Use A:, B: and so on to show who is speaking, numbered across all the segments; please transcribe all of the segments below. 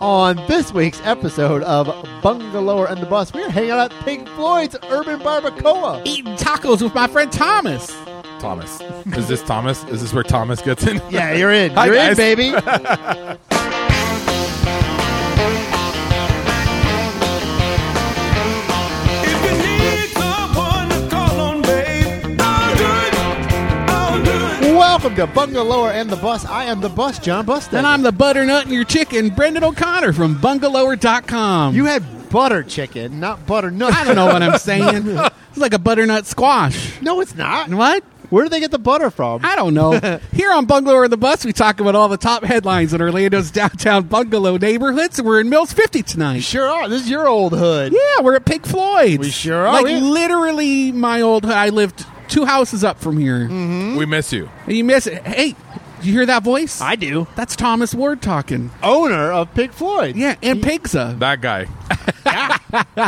A: On this week's episode of Bungalower and the Bus, we are hanging out at Pink Floyd's Urban Barbacoa.
B: Eating tacos with my friend Thomas.
C: Thomas. Is this Thomas? Is this where Thomas gets in?
A: Yeah, you're in.
C: Hi,
A: You're in,
C: guys.
A: baby.
D: If you need someone to call on, babe, I'll do it. I'll do it.
A: Welcome to Bungalower and the Bus. I am the bus, John Buston.
B: And I'm the butternut and your chicken, Brendan O'Connor from bungalower.com.
A: You had butter chicken, not butter nuts.
B: I don't know what I'm saying. It's like a butternut squash.
A: No, it's not.
B: What?
A: Where do they get the butter from?
B: I don't know. Here on Bungalower and the Bus, we talk about all the top headlines in Orlando's downtown bungalow neighborhoods, and we're in Mills 50 tonight.
A: sure are. This is your old hood.
B: Yeah, we're at Pink Floyd's.
A: We sure are.
B: Like,
A: We-
B: literally, my old I lived two houses up from here.
A: Mm-hmm.
C: We miss you.
B: You miss it. Hey, you hear that voice?
A: do.
B: That's Thomas Ward talking.
A: Owner of Pink Floyd.
B: Yeah, and Pigza.
C: That guy.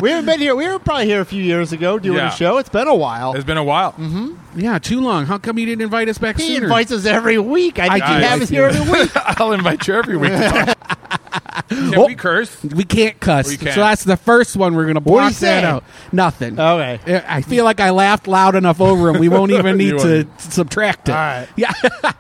A: we haven't been here. We were probably here a few years ago doing
C: Yeah.
A: a show. It's been a while.
C: It's been a while.
B: Mm-hmm. Yeah, too long. How come you didn't invite us back
A: He
B: sooner?
A: invites us every week. I think
C: do
A: he have
B: like
A: us
B: you.
A: here every week.
C: I'll invite you every week. Can
B: Oh.
C: we curse?
B: we can't cuss.
C: We can't. Uh,
B: So that's the first one we're going to block
A: do you
B: that
A: say?
B: out. Nothing. Uh,
A: Okay.
B: I I feel like I laughed loud enough over him. We won't even
C: You
B: need to
C: won't.
B: subtract it.
A: All right.
B: Yeah.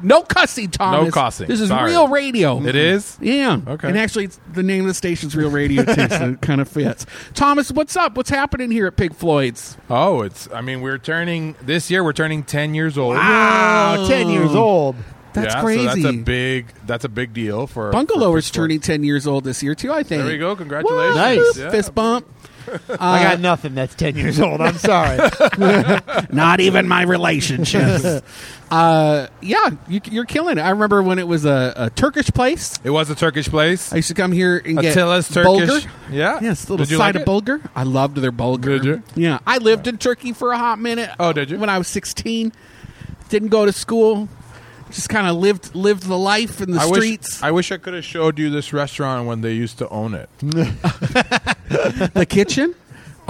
B: no cussing, Thomas.
C: cussing.
B: This is
C: Sorry.
B: real radio.
C: It is?
B: Yeah.
C: Okay.
B: And actually, it's the name of the station's real radio too, so it kind of fits. Thomas, what's up? What's happening here at Pig Floyd's?
C: Oh, it's, I mean, we're turning, this year we're turning 10 years old.
A: Wow, ten years old.
B: That's
C: yeah,
B: crazy.
C: So that's a big, that's a big deal for.
B: Bungalower's
C: for
B: turning 10 years old this year, too, I think.
C: There we go. Congratulations.
A: Nice.
C: Yeah.
B: Fist bump.
A: I
B: Uh,
A: got nothing. That's ten years old. I'm sorry.
B: Oh, Not even my relationships. uh, yeah, you, you're killing it. I remember when it was a, a Turkish place.
C: It was a Turkish place.
B: I used to come here and get
C: Attila's Turkish.
B: bulgur.
C: Yeah.
B: Yes, little
C: Did you
B: side
C: like
B: of bulgur. I loved their bulgur.
C: Did you?
B: Yeah, I lived in Turkey for a hot minute.
C: Oh, did you?
B: When I was 16, didn't go to school. Just kind of lived lived the life in the
C: I
B: streets.
C: Wish, I wish I could have showed you this restaurant when they used to own it.
B: the kitchen.
C: Oh,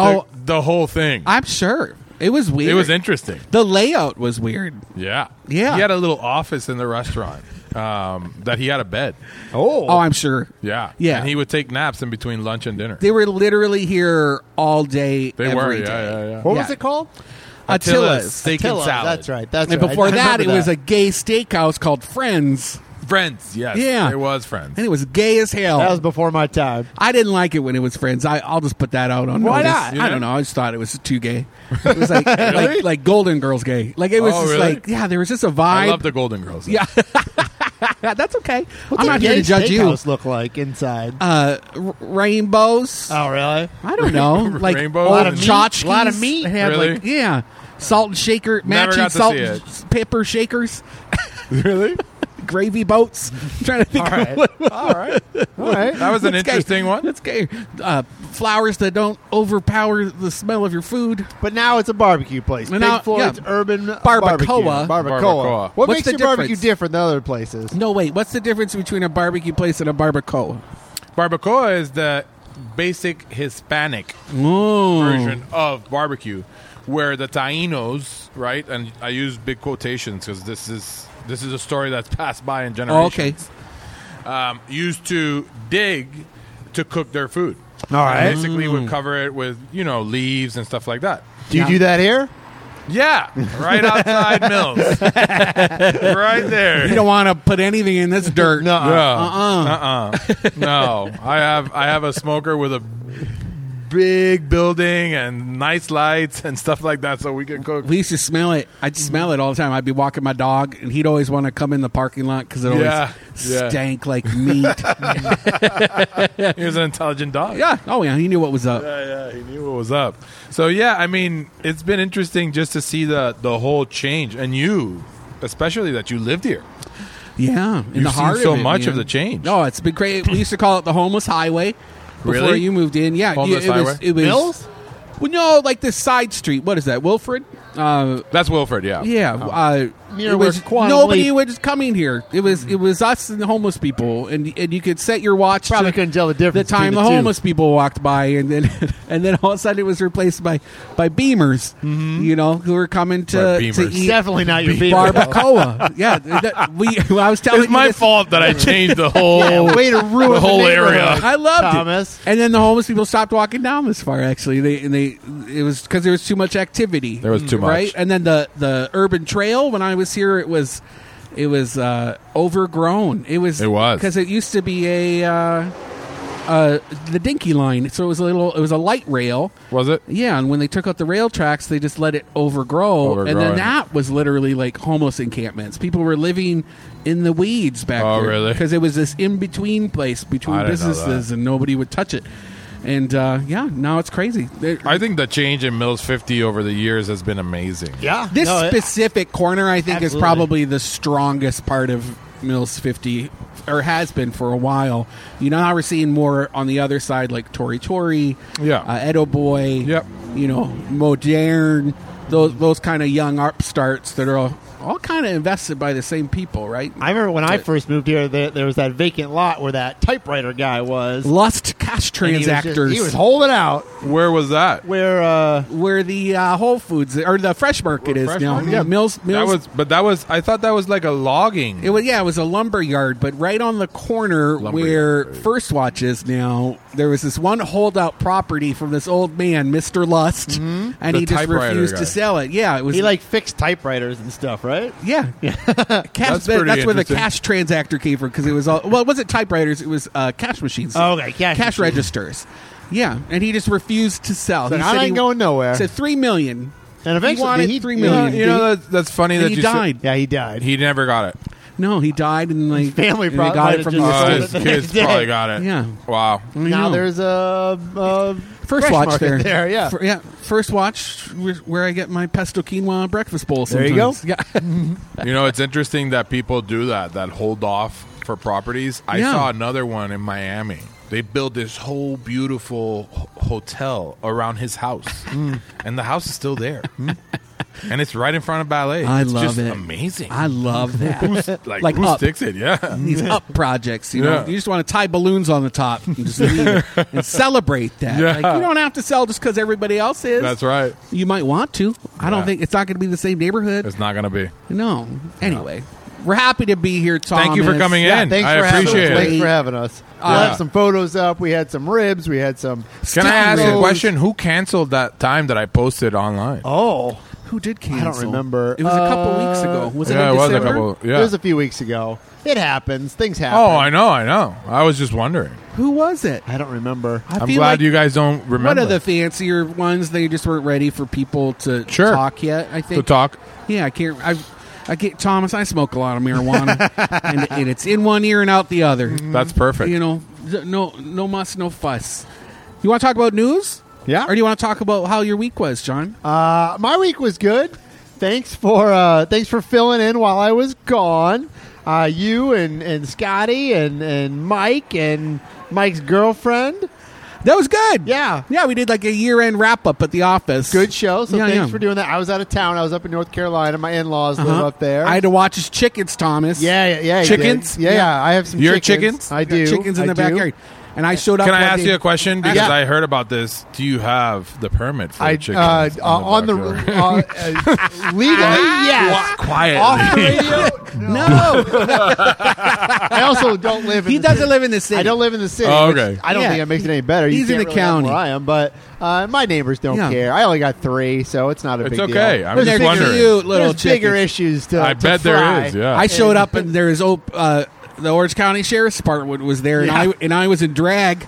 B: Oh,
C: the, the whole thing.
B: I'm sure it was weird.
C: it was interesting.
B: the layout was weird.
C: Yeah,
B: Yeah.
C: He had a little office in the restaurant um, that he had a bed.
B: Oh, I'm sure.
C: Yeah,
B: Yeah.
C: And he would take naps in between lunch and dinner.
B: They were literally here all day.
C: They
B: every
C: were, yeah,
B: day.
C: yeah, yeah.
A: What
B: Yeah.
A: was it called?
C: Attila's
B: Attila's.
C: steak
A: Attila,
C: and salad.
A: That's right. That's
B: And
A: right.
B: before
A: I
B: that, it
A: remember
B: was a gay steakhouse called Friends,
C: Friends. Yes.
B: Yeah.
C: It was friends.
B: and it was gay as hell.
A: that was before my time.
B: I didn't like it when it was Friends. I, I'll just put that out on
A: Why
B: notice.
A: not?
C: You
B: I
C: know?
B: don't know. I just thought it was too gay. It was like like, like Golden Girls gay. Like it was
C: Oh,
B: just
C: really?
B: like yeah, there was just a
C: I,
B: vibe.
C: love the Golden Girls.
B: Yeah. Yeah, that's okay.
A: What's
B: I'm
A: a
B: not here
A: gay
B: to judge you.
A: steakhouse Look like inside.
B: Uh, r- rainbows.
A: oh, really?
B: I don't know, like
C: Rainbows
B: old
C: and-
B: tchotchkes.
A: Lot of meat.
B: They had,
C: Really?
B: like, yeah, salt and shaker,
C: Never
B: matching
C: got to
B: salt
C: see
B: and
C: it.
B: s- pepper shakers,
C: really?
B: gravy boats. I'm trying to think.
A: All
B: of
A: right.
B: what-
A: All right. All right.
C: That was an
B: That's gay.
C: interesting one.
B: That's gay. Uh, flowers that don't overpower the smell of your food.
A: But now it's a barbecue place.
B: And
A: Pink
B: now-
A: Floyd's
B: yeah.
A: Urban Barbecue.
B: Barbacoa.
C: Barbacoa.
A: Barbacoa. What
B: What's
A: makes
B: the
A: your barbecue
B: difference?
A: different than other places?
B: No, wait. What's the difference between a barbecue place and a barbacoa?
C: Barbacoa is the basic Hispanic
B: Hmm. Oh,
C: version of barbecue, where the Tainos, right? And I use big quotations because this is this is a story that's passed by in
B: Oh, okay.
C: generations. Um, used to dig to cook their food.
A: All
C: And
A: right.
C: Basically,
B: Mm.
C: would cover it with you know leaves and stuff like that.
A: Do you do that here?
C: Yeah, right outside Mills, right there.
B: You don't want to put anything in this dirt.
A: No.
C: Uh uh. Uh uh. No. I have I have a smoker with a big building and nice lights and stuff like that so we can cook.
B: We used to smell it.
C: Mm.
B: I'd smell it all the time. I'd be walking my dog, and he'd always want to come in the parking lot because it always
C: Yeah. Yeah.
B: stank like meat.
C: He was an intelligent dog.
B: yeah. Oh, yeah. He knew what was up.
C: Yeah, yeah, he knew what was up. So yeah, I mean, it's been interesting just to see the the whole change and you especially that you lived here.
B: Yeah, in
C: You've
B: the
C: seen
B: heart
C: so
B: of it,
C: much
B: man.
C: of the change.
B: No, it's been great. We used to call it the homeless highway before
C: Really?
B: you moved in. Yeah,
C: Homeless
B: it was-
C: highway?
B: it was-
A: Mills?
B: Well, no, like this side street. What is that, Wilfred? Uh,
C: That's Wilfred, yeah.
B: yeah, uh,
A: near
B: It
A: where
B: was
A: Quantum
B: nobody
A: Leap-
B: was coming here. It was it was us and the homeless people, and and you could set your watch. to
A: Probably couldn't tell the difference
B: The
A: between
B: time the,
A: the two.
B: homeless people walked by, and then and then all of a sudden it was replaced by by beamers. You know, who were coming
C: By
B: to, to
C: Mm-hmm. Beamers.
B: eat
A: definitely not your beaver.
B: barbacoa. yeah, that- we. I was telling
C: It's
B: you
C: my
B: this-
C: fault that I changed the whole.
A: Way to ruin
C: The whole
A: neighborhood.
C: area.
B: I loved
A: Thomas.
B: it. And then the homeless people stopped walking down this far. Actually, they and they it was because there was too much activity. Mm.
C: There was too much.
B: right? And then the the urban trail. When I was here, it was it was uh, overgrown. It was
C: It was.
B: because it used to be a uh, uh, the dinky line. So it was a little. It was a light rail.
C: was it?
B: Yeah, and when they took out the rail tracks, they just let it overgrow,
C: Overgrow
B: and
C: it.
B: then that was literally like homeless encampments. People were living in the weeds back
C: Oh,
B: there
C: really?
B: because it was this in between place
C: I
B: between
C: didn't know
B: businesses, and nobody would touch it. And uh, yeah, now it's crazy. There-
C: I think the change in Mills 50 over the years has been amazing.
A: Yeah.
B: this
A: No, it-
B: specific corner, I think,
A: Absolutely.
B: is probably the strongest part of Mills 50, or has been for a while. You know how we're seeing more on the other side, like Tori Tori,
C: Yeah.
B: uh, Edo Boy,
C: Yep.
B: you know, Modern, those those kind of young upstarts that are all, all kind of invested by the same people, right?
A: I remember when I first moved here, there, there was that vacant lot where that typewriter guy was.
B: Lust cash
A: And he was just-
B: transactors.
A: he was holding out.
C: Where was that?
A: Where uh,
B: where the uh, Whole Foods or the Fresh Market is
C: Fresh
B: now.
C: Market?
B: Yeah, Mills.
C: That
B: Mills
C: was, but that was. I thought that was like a logging.
B: It was yeah, it was a lumber yard, but right on the corner
C: Lumber
B: where
C: yard.
B: First Watch is now, there was this one holdout property from this old man, Mister Lust, and
C: Mm-hmm. The
B: he just
C: typewriter
B: refused
C: guy.
B: to sell it. Yeah, it was
A: he like fixed typewriters and stuff, right?
B: yeah, yeah. cash,
C: That's
B: that's,
C: pretty
B: that's where the
C: interesting.
B: cash transactor came from because it was all well, it wasn't typewriters, it was uh, cash machines.
A: Oh, okay, cash machines.
B: registers. Yeah, and he just refused to sell.
A: Said,
B: he
A: "I
B: said
A: ain't
B: he-
A: going nowhere."
B: Said three million.
A: And eventually
B: wanted
A: he
B: three
A: yeah,
C: You know,
B: million.
C: Uh, you know that's, that's funny
B: And
C: that
B: he
C: you said-
B: died.
A: Yeah, he died.
C: he never got it.
B: No, he died, and like
A: family
B: and they
A: probably
B: got
A: might have
B: it from
A: just sold
B: his
C: Uh,
A: it the
B: sister.
C: his
A: next
C: kids
A: day.
C: probably got it.
B: Yeah.
C: Wow.
B: I
A: now
B: know.
A: there's a, a
B: First
A: fresh
B: watch
A: market
B: there.
A: there, yeah.
B: Fir- yeah. First watch where, where I get my pesto quinoa breakfast bowl.
A: There you go.
B: Sometimes. Yeah.
C: You know, it's interesting that people do that. That hold off for properties. I
B: Yeah.
C: saw another one in Miami. They built this whole beautiful ho- hotel around his house,
B: Mm.
C: and the house is still there, and it's right in front of ballet.
B: I
C: it's
B: love
C: just
B: it.
C: Amazing.
B: I love that.
C: like,
B: like
C: who
B: up.
C: sticks it? Yeah.
B: These up projects, you
C: Yeah.
B: know, you just want to tie balloons on the top and just leave it and celebrate that.
C: Yeah.
B: Like, you don't have to sell just because everybody else is.
C: That's right.
B: You might want to. I
C: Yeah.
B: don't think it's not going to be the same neighborhood.
C: It's not going to be.
B: no. Anyway, we're happy to be here, Thomas.
C: Thank you for coming
A: Yeah,
C: in.
A: thanks
C: I
A: for
C: appreciate
A: having us.
C: it.
A: Thanks for having us. We'll
C: Yeah.
A: have some photos up. We had some ribs. We had some.
C: Can I ask a
A: Rose.
C: question? Who canceled that time that I posted online?
A: Oh,
B: Who did cancel?
A: remember.
B: It was a couple
A: Uh,
B: weeks ago. Was it?
C: yeah,
B: in
C: it was a
B: December?
C: couple. Yeah.
A: it was a few weeks ago. It happens. Things happen.
C: oh, I know, I know. I was just wondering.
B: Who was it?
A: I don't remember.
B: I
C: I'm
B: feel
C: glad
B: like
C: you guys don't remember.
B: One of the fancier ones, they just weren't ready for people to
C: Sure.
B: talk yet. I
C: to
B: think.
C: talk.
B: Yeah, I can't. I, I get Thomas. I smoke a lot of marijuana, and, and it's in one ear and out the other.
A: Mm-hmm.
C: That's perfect.
B: You know, th- no, no muss, no fuss. You want to talk about news?
A: Yeah.
B: Or do you want to talk about how your week was, John?
A: Uh, my week was good. Thanks for uh, thanks for filling in while I was gone. Uh, you and, and Scotty and, and Mike and Mike's girlfriend.
B: That was good.
A: Yeah,
B: Yeah, we did like a year-end wrap-up at the office.
A: good show. So
B: Yeah,
A: thanks
B: yeah.
A: for doing that. I was out of town. I was up in North Carolina. My in laws live
B: Uh-huh.
A: up there.
B: I had to watch his chickens, Thomas.
A: yeah, yeah, yeah. you
B: Chickens?
A: did. Yeah,
B: Yeah.
A: yeah, I have some.
C: Your
A: chickens.
C: chickens?
A: I
B: Got
A: do.
B: chickens in
A: I
B: the
A: do.
B: backyard, and I showed up.
C: Can I
B: one
C: ask
B: day-
C: you a question? Because
A: Yeah.
C: I heard about this. Do you have the permit for
A: I
C: the
A: uh,
C: chickens
A: uh, on the,
C: backyard?
A: uh, uh, legally yes. Off the
C: quietly?
A: radio.
B: No,
A: I also don't live. in
B: he
A: the
B: doesn't
A: city.
B: live in the city.
A: I don't live in the city.
C: Oh,
A: which
C: okay.
A: I don't
B: Yeah.
A: think that makes it any better. You
B: He's in
A: can't
B: the
A: really have
B: county.
A: where I am, but uh, my neighbors don't
B: Yeah.
A: care. I only got three, so it's not a
C: It's
A: big
C: okay.
A: deal.
C: I'm
A: There's
C: just
B: They're
A: bigger-
C: wondering.
B: cute little
A: There's bigger
B: chickens.
A: issues to.
C: I
A: to
C: bet there
A: fry.
C: is. Yeah.
B: I showed up and there is op- uh, the Orange County Sheriff's Department was there, and
A: Yeah.
B: I and I was in drag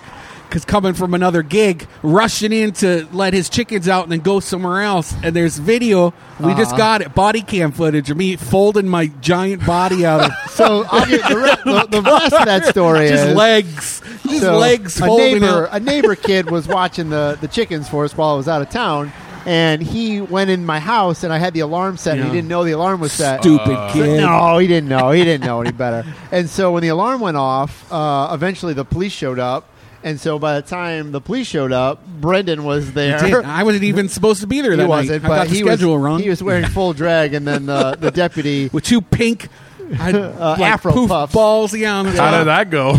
B: because coming from another gig, rushing in to let his chickens out and then go somewhere else. And there's video we
A: Uh-huh.
B: just got it, body cam footage of me folding my giant body out of
A: So I'll get the, re- the, the rest of that story
B: just
A: is
B: legs, just
A: so
B: legs
A: a
B: folding
A: neighbor,
B: out.
A: a neighbor kid was watching the the chickens for us while I was out of town, and he went in my house, and I had the alarm set, and
B: Yeah.
A: he didn't know the alarm was set.
B: Stupid kid.
A: uh, No, he didn't know. He didn't know any better. And so when the alarm went off, uh, eventually the uh, police showed up. And so by the time the police showed up, Brendan was there.
B: Did- I wasn't even supposed to be there.
A: he
B: That
A: wasn't,
B: night.
A: but
B: I got the
A: he
B: schedule
A: was,
B: wrong.
A: He was wearing full drag, and then the, the deputy.
B: with two pink I, like,
A: Uh, Afro
B: poof
A: puffs.
B: balls. Yeah, on the
C: How
B: top.
C: did that go?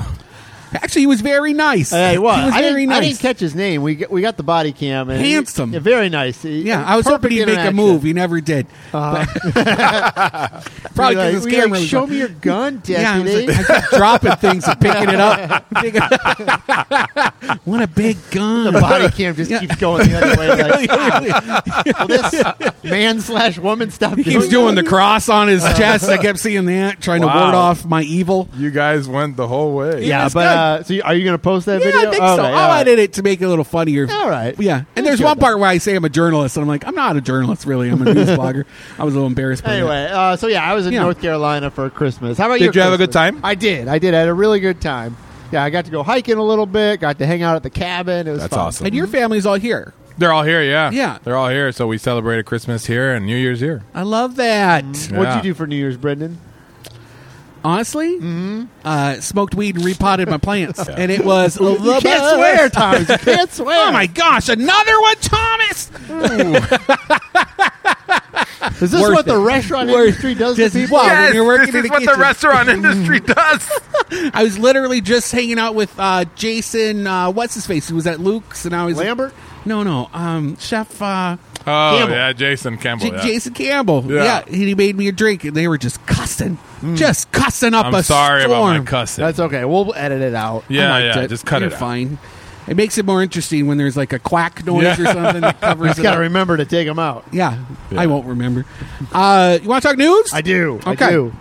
B: Actually, he was very nice.
A: Uh, he was.
B: He was
A: I,
B: very
A: didn't,
B: nice.
A: I didn't catch his name. We got, we got the body cam. And he-
B: Handsome.
A: yeah, very nice. He-
B: yeah, I was
A: perfect
B: hoping he'd make a
A: interaction.
B: move. He never did. Probably
A: We're like,
B: because his
A: we're like,
B: camera was
A: show
B: on.
A: me your gun,
B: Yeah, I, was
A: deputy.
B: like, I kept dropping things and picking it up. Picking it up. what a big
A: the
B: gun!
A: body cam just
B: Yeah.
A: keeps going the other way. Like, will this man slash woman stop
B: he was
A: doing
B: doing the cross on his chest. I kept seeing that, trying to
C: Wow.
B: ward off my evil.
C: You guys went the whole way.
A: Yeah,
B: That's
A: but uh, so you, are you going to post that video?
B: Yeah, I think
A: Okay,
B: so.
A: all
B: I'll
A: right.
B: edit it to make it a little funnier.
A: All right.
B: Yeah. And
A: That's
B: there's
A: good,
B: one
A: though.
B: part where I say I'm a journalist, and I'm like, I'm not a journalist, really. I'm a news blogger. I was a little embarrassed. By that.
A: Anyway, uh, so yeah, I was in
B: Yeah.
A: North Carolina for Christmas. How about your
C: Did you have a
A: Christmas?
C: good time?
A: I did. I did. I had a really good time. Yeah, I got to go hiking a little bit. Got to hang out at the cabin. It was
C: That's
A: fun.
C: awesome.
B: And your family's all here.
C: They're all here, yeah.
B: Yeah.
C: They're all here. So we celebrated Christmas here and New Year's here.
B: I love that.
A: What'd
C: Yeah.
A: you do for New Year's, Brendan?
B: Honestly,
A: Mm-hmm.
B: uh, smoked weed and repotted my plants, and it was the
A: You can't swear, Thomas. You can't swear.
B: Oh my gosh! Another one, Thomas.
A: Is this
B: Worth
A: what the
B: it.
A: restaurant
B: Worth-
A: industry does to
B: Just-
A: people?
B: Well, when you're working in the kitchen.
C: restaurant industry does.
B: I was literally just hanging out with uh, Jason. Uh, what's his face? Who was at Luke's, and I was
A: Lambert?
B: No, no, um, Chef uh,
C: Oh,
A: Campbell.
C: yeah, Jason Campbell.
B: J-
C: Oh, yeah.
B: Jason Campbell.
C: Yeah.
B: Yeah. and he made me a drink, and they were just cussing,
A: Mm.
B: just cussing up
C: I'm
B: a
C: sorry
B: storm.
C: about my cussing.
A: That's okay. We'll edit it out.
C: yeah,
B: I liked
C: yeah.
B: it.
C: Just cut
B: You're
C: it. out.
B: Fine. It makes it more interesting when there's like a quack noise
C: Yeah.
B: or something that covers
A: Just
B: it.
A: got to
B: up.
A: remember to take them out.
B: Yeah,
C: Yeah.
B: I won't remember. Uh, you want to talk news?
A: I do. I
B: Okay.
A: do.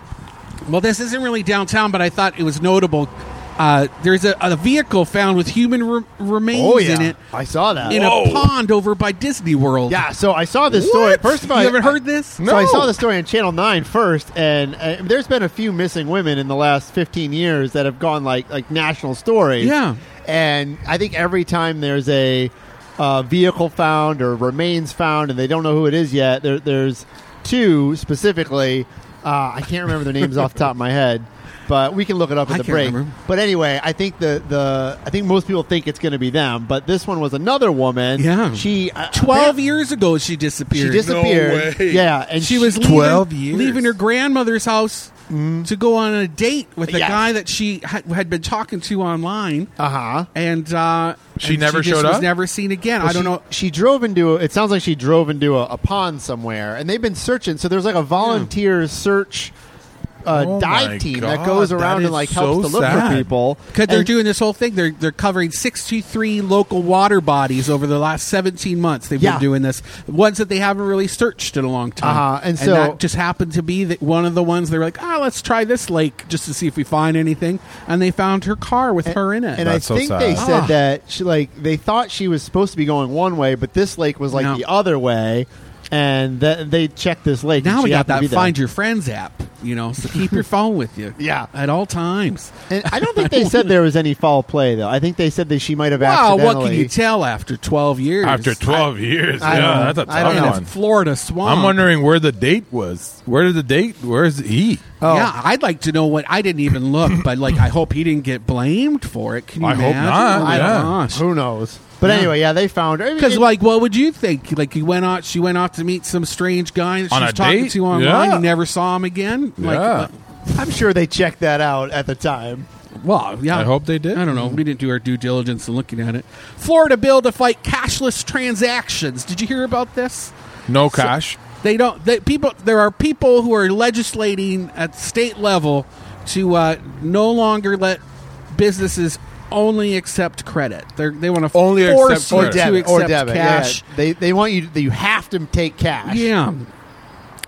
B: well, this isn't really downtown, but I thought it was notable. Uh, there's a, a vehicle found with human re- remains
A: Oh, yeah.
B: in it
A: I saw that.
B: in
C: Whoa.
B: a pond over by Disney World.
A: yeah, so I saw this story.
B: What?
A: First of all,
B: you
A: I-
B: haven't heard this?
A: So I saw the story on Channel 9 first, and uh, there's been a few missing women in the last 15 years that have gone like like national stories.
B: Yeah.
A: and I think every time there's a uh, vehicle found or remains found, and they don't know who it is yet. There, there's two specifically. Uh, I can't remember their names off the top of my head, but we can look it up at
B: I
A: the
B: can't
A: break.
B: remember.
A: But anyway, I think the, the I think most people think it's going to be them, but this one was another woman.
B: Yeah.
A: she uh,
B: Twelve years ago, she disappeared.
A: She disappeared.
C: way.
A: Yeah, and
B: She was leaving,
C: 12 years.
B: leaving her grandmother's house to go on a date with the
A: Yes.
B: guy that she had, had been talking to online.
A: Uh huh.
B: and uh,
C: She
B: and
C: never
B: just
C: showed
B: was
C: up?
B: Never seen again. I don't know.
A: She drove into. It sounds like she drove into a, a pond somewhere, and they've been searching. So there's like a volunteer search uh,
C: Oh my
A: dive team that
C: God,
A: goes
C: that
A: around
C: is
A: and like helps
C: so
A: to look for
C: sad.
A: people.
B: Because they're
A: And-
B: doing this whole thing. They're they're covering sixty three local water bodies over the last seventeen months. They've
A: Yeah.
B: been doing this ones that they haven't really searched in a long time.
A: Uh-huh, and so-
B: that just happened to be that one of the ones they're like, ah, let's try this lake just to see if we find anything. And they found her car with her in it.
A: And
C: That's
A: I
C: so
A: think they
C: sad.
A: said
B: Ah.
A: that she like they thought she was supposed to be going one way, but this lake was like
B: No.
A: the other way, and th- they checked this lake.
B: now
A: and
B: we
A: she
B: got
A: happened
B: that
A: to be there.
B: Find Your Friends app. You know, so keep your phone with you.
A: Yeah.
B: at all times.
A: And I don't think they said there was any foul play though. I think they said that she might have
B: Wow,
A: accidentally.
B: what can you tell after twelve years?
C: After 12 years.
A: I don't know.
C: yeah, that's a
A: I don't
C: tough
A: know.
B: in a
C: one.
B: Florida swamp.
C: I'm wondering where the date was. Where did the date? Where's he?
A: Oh.
B: Yeah, I'd like to know what I didn't even look, but like I hope he didn't get blamed for it. Can you
C: I hope
B: imagine?
C: not,
B: Oh my
C: yeah.
B: gosh.
A: Who knows? But
B: Yeah.
A: anyway, yeah, they found her. I mean,
B: Because
A: it-
B: like, what would you think? Like, you went out, she went off to meet some strange guy that she
C: On
B: was
C: a
B: talking
C: date?
B: to online.
C: Yeah.
B: You never saw him again. Like, uh,
C: Yeah.
B: like,
A: I'm sure they checked that out at the time.
B: well, yeah.
C: I hope they did.
B: I don't know. We didn't do our due diligence in looking at it. Florida bill to fight cashless transactions. Did you hear about this?
C: No cash.
B: They don't. They, people. There are people who are legislating at state level to uh, no longer let businesses only accept credit. They're, they want to
C: Only accept
B: force you
C: credit.
B: to
A: Debit
B: accept
A: or debit yeah.
B: cash.
A: They they want you. You have to take cash.
B: Yeah,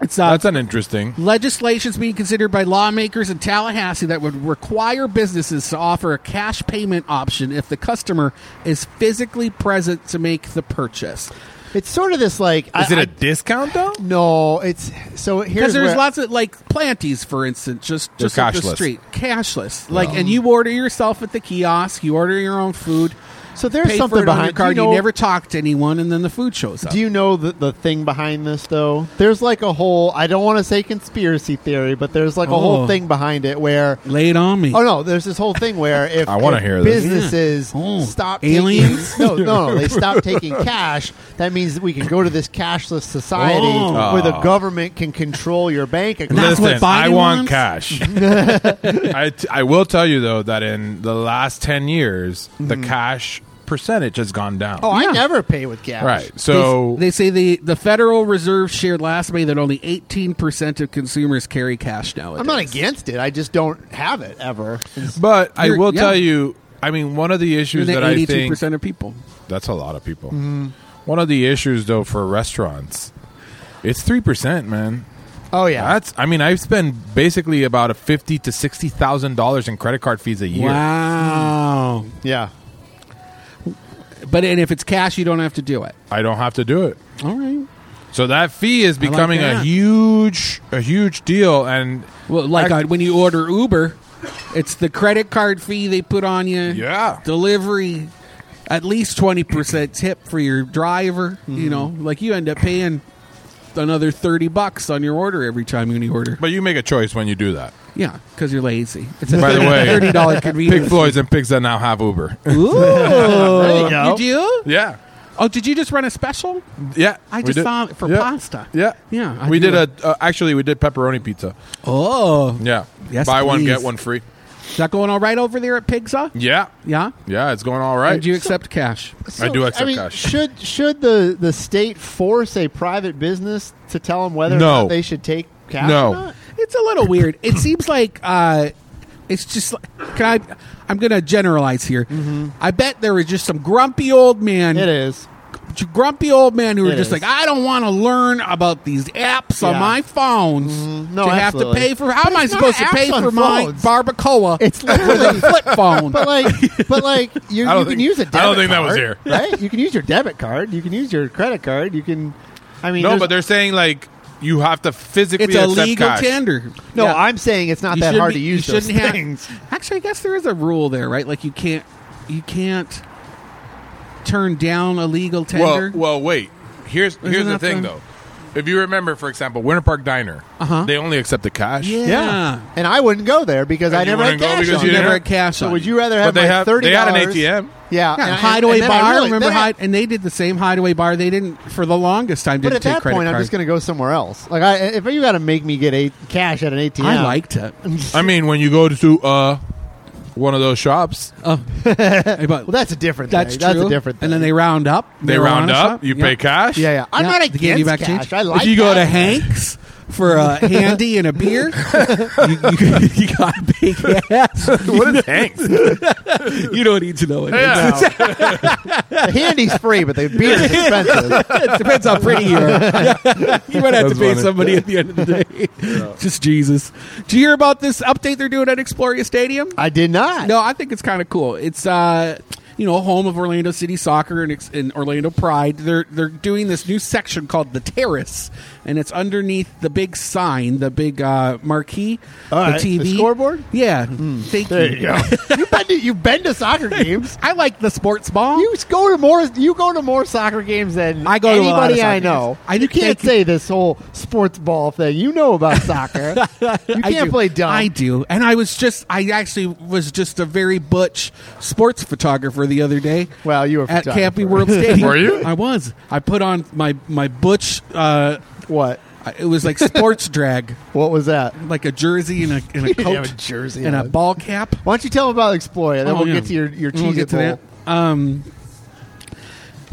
B: it's uh,
C: That's an interesting.
B: legislation's being considered by lawmakers in Tallahassee that would require businesses to offer a cash payment option if the customer is physically present to make the purchase.
A: It's sort of this like.
C: Is it a discount though?
A: no? It's so here's
B: Because there's
A: where-
B: lots of like planties, for instance, just
C: They're
B: just up the
C: cashless.
B: street, cashless. Like, and you order yourself at the kiosk. You order your own food.
A: So there's
B: pay
A: something
B: for it on
A: behind-
B: your card.
A: do
B: You,
A: you know-
B: never talk to anyone, and then the food shows up.
A: Do you know the, the thing behind this though? There's like a whole I don't want to say conspiracy theory, but there's like a
B: Oh.
A: whole thing behind it where
B: Lay it on me.
A: Oh no, there's this whole thing where if
C: I wanna
A: if
C: hear this.
A: businesses
B: Yeah. Oh,
A: stop
B: aliens?
A: taking, no, no, no, they stop taking cash. That means that we can go to this cashless society
B: Oh.
A: where the government can control your bank account.
B: That's what
C: Listen,
B: Biden
C: I want
B: wants?
C: cash. I, t- I will tell you though that in the last ten years, the
B: Mm-hmm.
C: cash percentage has gone down.
A: oh,
B: Yeah.
A: I never pay with cash.
C: right.
B: They-
C: So
B: they, say the, the Federal Reserve shared last May that only 18% of consumers carry cash nowadays.
A: I'm not against it. I just don't have it ever. It's-
C: But I
B: You're-
C: will
B: yeah.
C: tell you, I mean, one of the issues
B: You're
C: that
B: the
C: I
B: 82%
C: think
B: of people.
C: that's a lot of people.
B: Mm-hmm.
C: One of the issues though for restaurants, it's three percent, man.
A: oh yeah,
C: That's I mean, I spend basically about a fifty to sixty thousand dollars in credit card fees a year.
B: Wow.
A: yeah.
B: But and if it's cash, you don't have to do it.
C: I don't have to do it.
B: All right.
C: So that fee is
B: like
C: becoming a
B: that.
C: huge, a huge deal, and
B: Well, like
C: Act-
B: uh, when you order Uber, it's the credit card fee they put on you.
C: Yeah.
B: Delivery, at least 20% tip for your driver.
C: Mm-hmm.
B: You know, like you end up paying another 30 bucks on your order every time you order.
C: but you make a choice when you do that.
B: Yeah, because you're lazy. It's a
C: By the way,
B: $30
C: Pig
B: convenience.
C: Floyds and pigs that now have Uber.
B: Ooh.
A: There you
B: you
A: go.
B: do?
C: yeah,
B: Oh, did you just run a special?
C: yeah.
B: I
C: we
B: just
C: did.
B: saw it for
C: Yeah.
B: pasta.
C: Yeah,
B: Yeah, I
C: we
B: do
C: did a uh, actually we did pepperoni pizza.
B: Oh.
C: Yeah.
B: Yes,
C: Buy one,
B: please.
C: get one free.
B: Is that going all right over there at Pigza?
C: Yeah.
B: Yeah.
C: Yeah, it's going all right.
B: Did you accept cash?
C: I do accept
A: I mean,
C: cash.
A: Should should the, the state force a private business to tell them whether
C: No.
A: or not they should take cash?
C: No.
A: Or not?
B: It's a little weird. It seems like uh, it's just. like- Can I? I'm going to generalize here. I bet there was just some grumpy old man,
A: Mm-hmm. It is.
B: grumpy old man who were
A: It
B: just
A: is.
B: like, I don't want to learn about these apps on
A: Yeah. Mm-hmm.
B: my phones
A: no,
B: to
A: absolutely.
B: have to pay for. How
A: But
B: am I
A: it's not
B: supposed to pay
A: apps on
B: for my
A: phones.
B: barbacoa?
A: It's
B: with a
A: literally,
B: flip phone.
A: but like, but like, you,
C: I don't
A: you
C: think-
A: can use a
C: I don't
A: debit
C: think that was
A: card,
C: here.
A: right? You can use your debit card. You can use your credit card. You can. I mean,
C: no,
A: there's-
C: but they're saying like you have to physically
B: it's a
C: accept
B: legal
C: cash.
B: tender.
A: no.
B: Yeah.
A: I'm saying it's not
B: You
A: that
B: should
A: hard
B: be-
A: to use
B: you
A: those
B: shouldn't have-
A: things.
B: Actually, I guess there is a rule there, right? Like you can't, you can't turn down a legal
C: Well,
B: tender.
C: well, wait. Here's here's the
B: that
C: thing
B: the-
C: though. If you remember, for example, Winter Park Diner,
B: Uh-huh.
C: they only accepted cash.
B: yeah.
A: and I wouldn't go there because
C: And
A: I
C: you
A: never had
C: wouldn't go
A: cash.
C: because
A: on
C: you
B: You
A: me.
B: never
C: Yeah.
B: had cash
A: so
B: on.
A: would
B: it.
A: you rather
C: but
A: have
C: they
A: my
C: have
A: thirty?
C: they had an ATM.
A: Yeah,
B: Yeah,
A: and- and-
B: Hideaway
A: and then I
B: Bar. I
A: really-
B: remember,
A: then I-
B: hide, and they did the same Hideaway Bar. They didn't for the longest time.
A: But
B: Didn't
A: at
B: take
A: that
B: credit
A: point, I'm just
B: card.
A: going to go somewhere else. Like, I, if you got to make me get a cash at an ATM,
B: I liked it.
C: I mean, when you go to uh, one of those shops,
B: But
A: Well, that's a different.
B: that's
A: thing. that's
B: true.
A: a different. Thing.
B: And then they round up.
C: they
B: marijuana
C: round up,
B: shop.
C: you
B: Yeah.
C: pay cash.
A: yeah, yeah. I'm
B: Yeah,
A: not
B: they give
A: against
B: you back
A: cash.
B: change.
A: I like.
B: if you go to
A: cash.
B: Hank's for a handy and a beer, you, you, you got to pay cash.
C: what is Hanks?
B: You don't need to know it.
C: Yeah.
A: the handy's free, but the beer is expensive.
B: It depends how pretty you are. you might have to
C: That's
B: pay
C: funny.
B: somebody at the end of the day. Just Jesus. Do you hear about this update they're doing at Exploria Stadium?
A: I did not.
B: No, I think it's kind of cool. It's uh, you know, home of Orlando City Soccer and, ex- and Orlando Pride. They're they're doing this new section called the Terrace, and it's underneath the big sign, the big uh, marquee,
A: All
B: the
A: right,
B: TV
A: the scoreboard? Hmm.
B: Yeah, thank
A: There
B: you.
A: you go. you've been to you've been to soccer games.
B: I like the sports ball.
A: You go to more you go to more soccer games than
B: I go to a lot of
A: anybody
B: soccer
A: I know.
B: games. I
A: you
B: think
A: can't
B: they-
A: say this whole sports ball thing. You know about soccer. you
B: I
A: can't
B: do.
A: play dumb.
B: I do, and I was just—I actually was just a very butch sports photographer the other day.
A: Well, you were a
B: at
A: photographer.
B: Campy World Stadium.
C: Were you?
B: I was. I put on my my butch. Uh,
A: what?
B: it was like sports drag.
A: What was that? Why
B: like a jersey and a and a
A: didn't
B: coat
A: have a jersey
B: and a
A: on.
B: ball cap.
A: don't you tell them about Exploria? Then
B: Oh,
A: we'll
B: yeah.
A: get to your your cheese
B: We'll get to that. Um,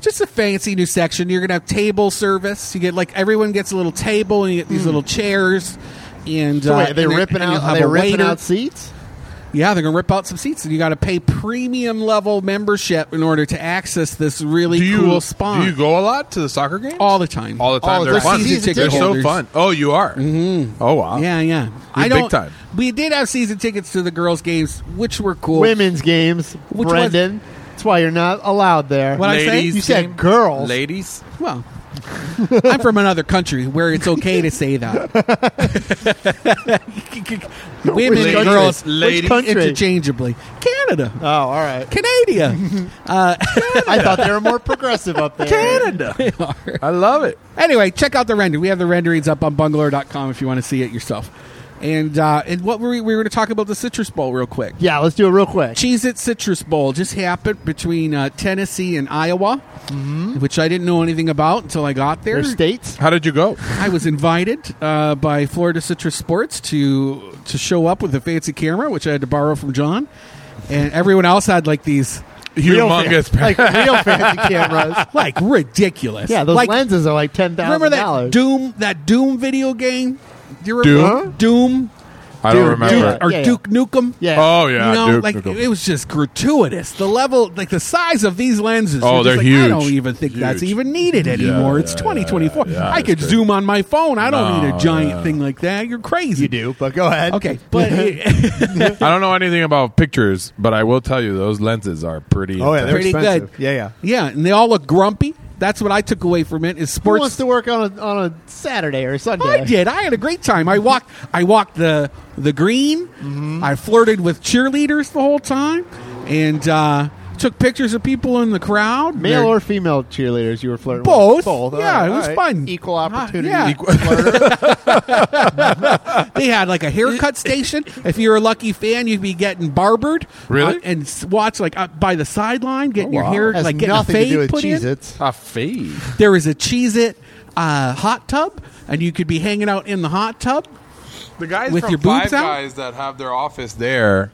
B: just a fancy new section. You're gonna have table service. You get like everyone gets a little table and you get these little chairs. And
A: Hmm. So
B: uh,
A: wait, are they
B: and
A: ripping
B: and you'll
A: out? Are
B: have
A: they
B: a
A: ripping
B: waiter.
A: out seats?
B: Yeah, they're gonna rip out some seats, and you got to pay premium level membership in order to access this really
C: do you
B: cool spot
C: do you go a lot to the soccer games?
B: all the time.
C: all the time.
A: Oh,
C: they're
A: they're
C: fun.
A: season ticket
C: They're so
B: holders.
C: fun. Oh, you are. Mm-hmm. Oh wow.
B: yeah, yeah.
C: You're
B: I
C: big
B: don't.
C: time.
B: We did have season tickets to the girls' games, which were cool.
A: Women's games,
B: Which was-
A: Brendan. That's why you're not allowed there.
B: What I say?
C: Ladies
A: You said
C: game.
A: girls.
C: Ladies.
B: Well, I'm from another country where it's okay to say that. Women
A: Which
B: and
A: country?
B: girls,
A: Which country?
B: interchangeably. Canada,
A: Oh, all right.
B: Canada,
A: I thought they were more progressive up there.
B: they are.
C: I love it.
B: Anyway, check out the render. We have the renderings up on bungalow.com if you want to see it yourself. And uh, and what were we, we were going to talk about the Citrus Bowl real quick.
A: Yeah, let's do it real quick.
B: Cheez It Citrus Bowl just happened between uh, Tennessee and Iowa, which I didn't know anything about until I got there.
A: Their states.
C: How did you go?
B: I was invited uh, by Florida Citrus Sports to to show up with a fancy camera, which I had to borrow from John, and everyone else had like these
A: Real
C: Humongous.
A: fan- like real fancy cameras.
B: like ridiculous,
A: Yeah, those
B: like
A: lenses are like ten thousand
B: remember that
A: dollars.
B: Doom that Doom video game? Do you
C: Doom?
B: remember Doom
C: I don't
A: Dude,
C: remember.
A: yeah.
B: or Duke Nukem?
A: Yeah.
C: Oh yeah,
B: you know,
C: Duke
B: like
C: Nukem.
B: it was just gratuitous. The level, like the size of these lenses.
C: Oh,
B: were just
C: they're
B: like, I
C: huge.
B: don't even think that's
C: Huge.
B: even needed anymore. it's
C: yeah,
B: twenty twenty four.
C: yeah, yeah,
B: I
C: it's
B: could
C: big.
B: zoom on my phone. I don't need a
C: No,
B: giant
C: yeah.
B: thing like that. You're crazy.
A: you do, but go ahead.
B: Okay, but
C: I don't know anything about pictures, but I will tell you those lenses are pretty.
A: Oh yeah,
C: intense.
A: they're
B: Pretty
A: expensive.
B: good.
A: Yeah, yeah.
B: yeah, and they all look grumpy. That's what I took away from it. Is
A: Who
B: sports?
A: wants to work on a on a Saturday or Sunday?
B: I did. I had a great time. I walked. I walked the the green.
A: Mm-hmm.
B: I flirted with cheerleaders the whole time, and uh, took pictures of people in the crowd.
A: Male
B: They're-
A: or female cheerleaders you were flirting
B: Both.
A: with? Both. all
B: Yeah,
A: right,
B: it
A: all
B: was
A: right.
B: fun.
A: Equal opportunity.
B: yeah.
A: flirter.
B: They had like a haircut station. If you're a lucky fan, you'd be getting barbered.
C: Really?
B: uh, and s- watch like up by the sideline, getting your hair
A: Oh, Has
B: like getting
A: nothing
B: a fade
A: to do with
B: put in.
A: Cheez-Its.
C: a fade.
B: There was a Cheez It uh, hot tub, and you could be hanging out in the hot tub.
C: The guys
B: With
C: from
B: your boobs
C: Five
B: out?
C: Guys that have their office there,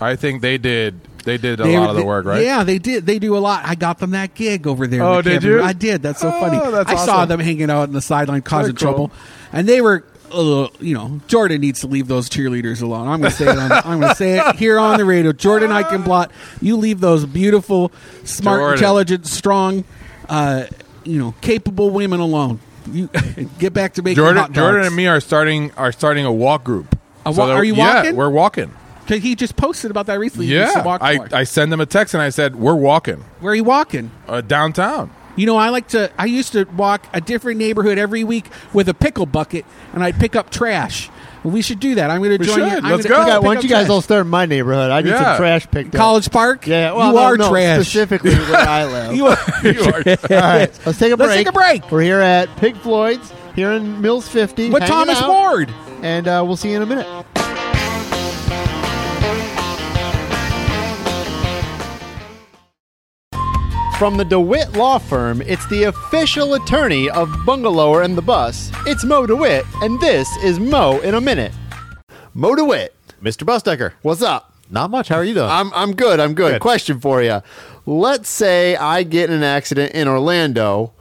C: I think they did. They did a lot of the
B: they-
C: work, right?
B: Yeah, they did. They do a lot. I got them that gig over there. I
C: Oh,
B: can't
C: did you?
B: remember- I did. That's so
C: Oh,
B: funny.
C: that's
B: I saw
C: awesome.
B: them hanging out in the sideline causing
C: Very cool.
B: trouble, and they were. Uh, you know, Jordan needs to leave those cheerleaders alone. I'm going to say it. On, I'm going to say it here on the radio. Jordan Eichenblatt, you leave those beautiful, smart,
C: Jordan.
B: intelligent, strong, uh, you know, capable women alone. You get back to making
C: Jordan,
B: hot dogs.
C: Jordan, and me are starting are starting a walk group.
B: A
C: So
B: wa-
C: that-
B: are you
C: yeah,
B: walking?
C: we're walking.
B: 'Cause He just posted about that recently. He used to
C: Yeah,
B: walk
C: I,
B: more.
C: I send them a text and I said we're walking
B: where are you walking?
C: uh, downtown.
B: You know, I like to. I used to walk a different neighborhood every week with a pickle bucket, and I'd pick up trash. We should do that. I'm going to
C: We
B: join you.
C: should.
B: I'm
C: Let's
B: gonna
C: go.
A: I
B: pick
A: got-
B: up
A: why don't you guys
B: trash.
A: all start in my neighborhood? I need
C: Yeah.
A: some trash picked up.
B: College Park.
A: Yeah, well,
B: you
A: no,
B: are
A: no,
B: trash.
A: Specifically where I live.
B: You are.
C: You are-
A: All right, let's take a break.
B: Let's take a break.
A: We're here at Pig Floyd's here in Mills 50.
B: With
A: hanging
B: Thomas
A: out,
B: Ward.
A: And uh, we'll see you in a minute. From the DeWitt Law Firm, it's the official attorney of Bungalower and the Bus. It's Mo DeWitt, and this is Mo in a Minute. Mo DeWitt,
E: Mr. Busdecker,
A: what's up?
E: not much. How are you doing?
A: I'm I'm good. I'm Oh. good.
E: Good.
A: Question for you. Let's say I get in an accident in Orlando.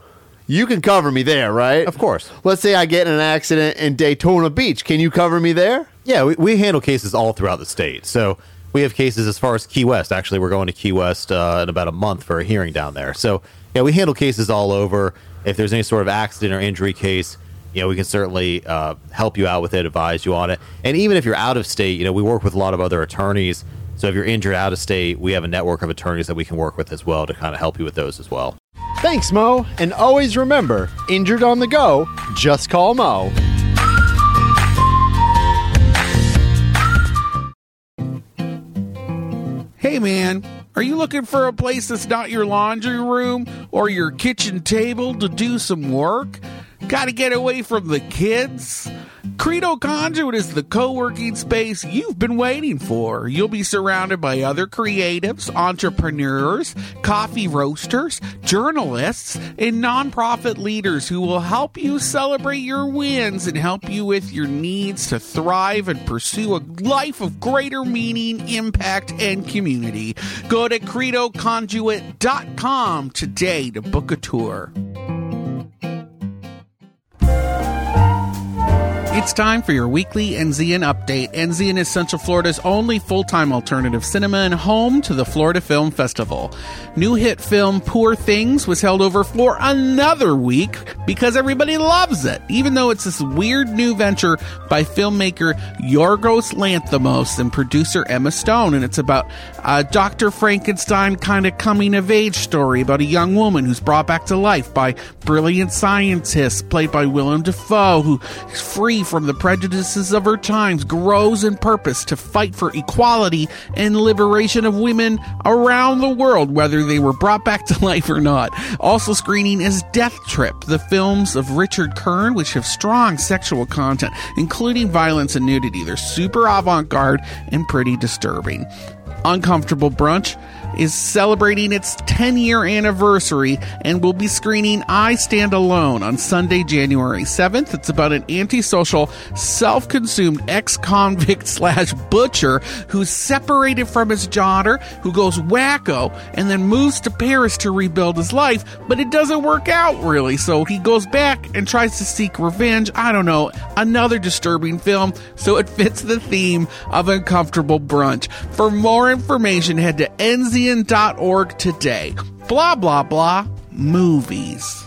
A: You can cover me there, right?
E: Of course.
A: Let's say I get in an accident in Daytona Beach. Can you cover me there?
E: yeah, we, we handle cases all throughout the state. So we have cases as far as Key West. Actually, we're going to Key West uh, in about a month for a hearing down there. So yeah, we handle cases all over. If there's any sort of accident or injury case, you know, we can certainly uh, help you out with it, advise you on it. And even if you're out of state, you know, we work with a lot of other attorneys. So if you're injured out of state, we have a network of attorneys that we can work with as well to kind of help you with those as well.
A: Thanks, Mo. And always remember, injured on the go, just call Mo.
B: Hey man, are you looking for a place that's not your laundry room or your kitchen table to do some work? Got to get away from the kids? Credo Conduit is the co working space you've been waiting for. You'll be surrounded by other creatives, entrepreneurs, coffee roasters, journalists, and nonprofit leaders who will help you celebrate your wins and help you with your needs to thrive and pursue a life of greater meaning, impact, and community. Go to credoconduit.com today to book a tour. It's It's time for your weekly Enzian update. Enzian is Central Florida's only full time alternative cinema and home to the Florida Film Festival. New hit film Poor Things was held over for another week because everybody loves it, even though it's this weird new venture by filmmaker Yorgos Lanthimos and producer Emma Stone. And it's about a Dr. Frankenstein kind of coming of age story about a young woman who's brought back to life by brilliant scientists played by Willem Dafoe, who is free from the prejudices of her times, grows in purpose to fight for equality and liberation of women around the world, whether they were brought back to life or not. Also screening is Death Trip, the films of Richard Kern, which have strong sexual content, including violence and nudity. They're super avant garde and pretty disturbing. Uncomfortable Brunch is celebrating its 10 year anniversary and will be screening I Stand Alone on Sunday, January 7th. It's about an antisocial, self consumed ex convict slash butcher who's separated from his daughter, who goes wacko and then moves to Paris to rebuild his life, but it doesn't work out really. So he goes back and tries to seek revenge. I don't know. Another disturbing film, so it fits the theme of Uncomfortable Brunch. For more information, head to enzian.org today. Blah, blah, blah. Movies.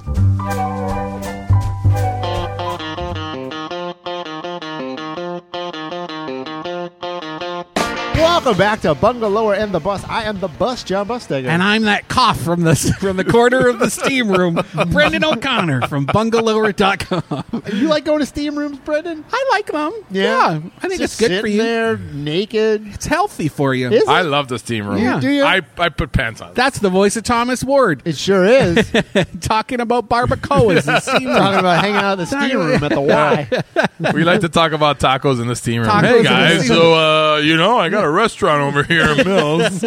A: Welcome back to Bungalower and the Bus. I am the Bus, John Busteger.
B: And I'm that cough from the from the corner of the steam room, Brendan O'Connor from bungalower.com.
A: you like going to steam rooms, Brendan?
B: I like them. I think
A: Just
B: it's good for
A: sitting
B: you.
A: There, naked.
B: It's healthy for you.
A: Is it?
C: I love the steam room.
B: Yeah.
A: Do you?
C: I, I put pants on.
B: That's the voice of Thomas Ward
A: It sure is.
B: talking about barbacoas and
A: Talking
B: steam room.
A: about hanging out in the steam room at the Y.
C: we like to talk about tacos in the steam room.
B: Tacos in
C: hey
B: the
C: guys,
B: steam
C: so uh, you know I got a restaurant over here in Mills.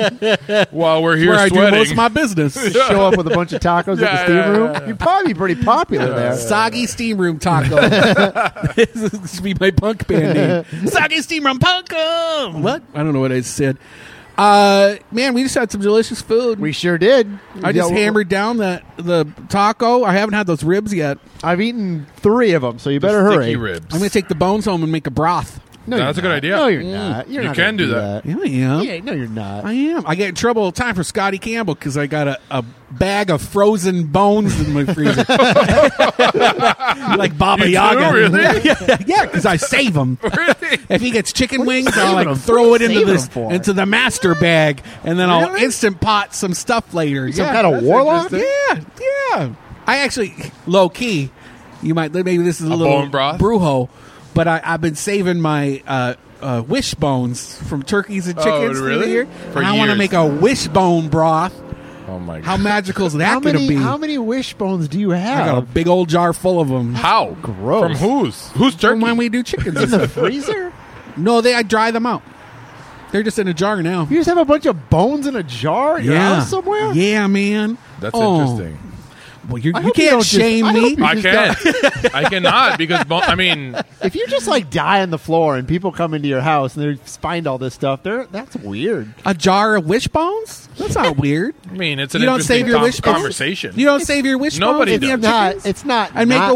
C: while we're here
B: Where I do
C: sweating,
B: most of my business.
A: Show up with a bunch of tacos at the
C: Yeah,
A: steam
C: yeah,
A: room.
C: yeah, yeah.
A: You'd probably be pretty popular there.
B: Soggy steam room taco. this should be my punk band name. Soggy steam room punko. What? I don't know what I said. Uh, man, we just had some delicious food.
A: We sure did.
B: I just hammered down that the taco. I haven't had those ribs yet.
A: I've eaten three of them, so you
C: The
A: better
C: sticky
A: hurry.
C: ribs.
B: I'm going to take the bones home and make a broth.
A: No,
C: That's
A: you're
C: a good
A: not.
C: idea.
A: No, you're
C: Mm.
A: not. You're
C: You
A: not
C: can gonna do
A: that.
B: Yeah, I am.
A: Yeah, no, you're not.
B: I am. I get in trouble all the time for Scotty Campbell because I got a, a bag of frozen bones in my freezer, like Baba
C: You do,
B: Yaga.
C: really?
B: yeah, because I save them.
C: Really?
B: If he gets chicken wings,
A: saving
B: I'll like
A: them?
B: throw
A: What
B: it
A: are you
B: into
A: saving
B: this
A: them for?
B: into the master bag, and then I'll instant pot some stuff later.
A: Some
B: yeah,
A: kind of
B: that's
A: warlock?
B: interesting. Yeah, yeah. I actually low key. You might maybe this is a, little
C: bone broth?
B: brujo, but I, I've been saving my uh, uh, wish bones from turkeys and
C: Oh,
B: chickens through the
C: really?
B: year,
C: For
B: and I want to
C: years.
B: make a wishbone broth.
C: oh my god!
B: How magical is that
A: How
B: going to
A: many?
B: be?
A: How many wishbones do you
B: I got a
A: have?
B: big old jar full of them.
C: How?
A: Gross.
C: From whose? Who's turkey?
B: When we do chickens,
A: in the freezer?
B: no, they I dry them out. They're just in a jar now.
A: You just have a bunch of bones in a jar at your house somewhere?
B: Yeah, man.
C: That's
B: Oh.
C: interesting.
B: Well, you're,
A: I
B: you
A: hope you
B: can't
A: don't just-
B: shame
A: I
B: me.
A: hope you-
C: I can't. I cannot because bo- I mean
A: If you just like die on the floor and people come into your house and they find all this stuff, they're, that's weird.
B: A jar of wishbones? That's not weird.
C: I mean it's an
B: you don't
C: interesting
B: save your
C: com-
B: wishbones.
C: conversation.
B: You don't save your wishbones.
C: Nobody
B: if you
C: does.
B: have
A: Not,
B: chickens?
A: it's not.
B: And make
A: not-
B: a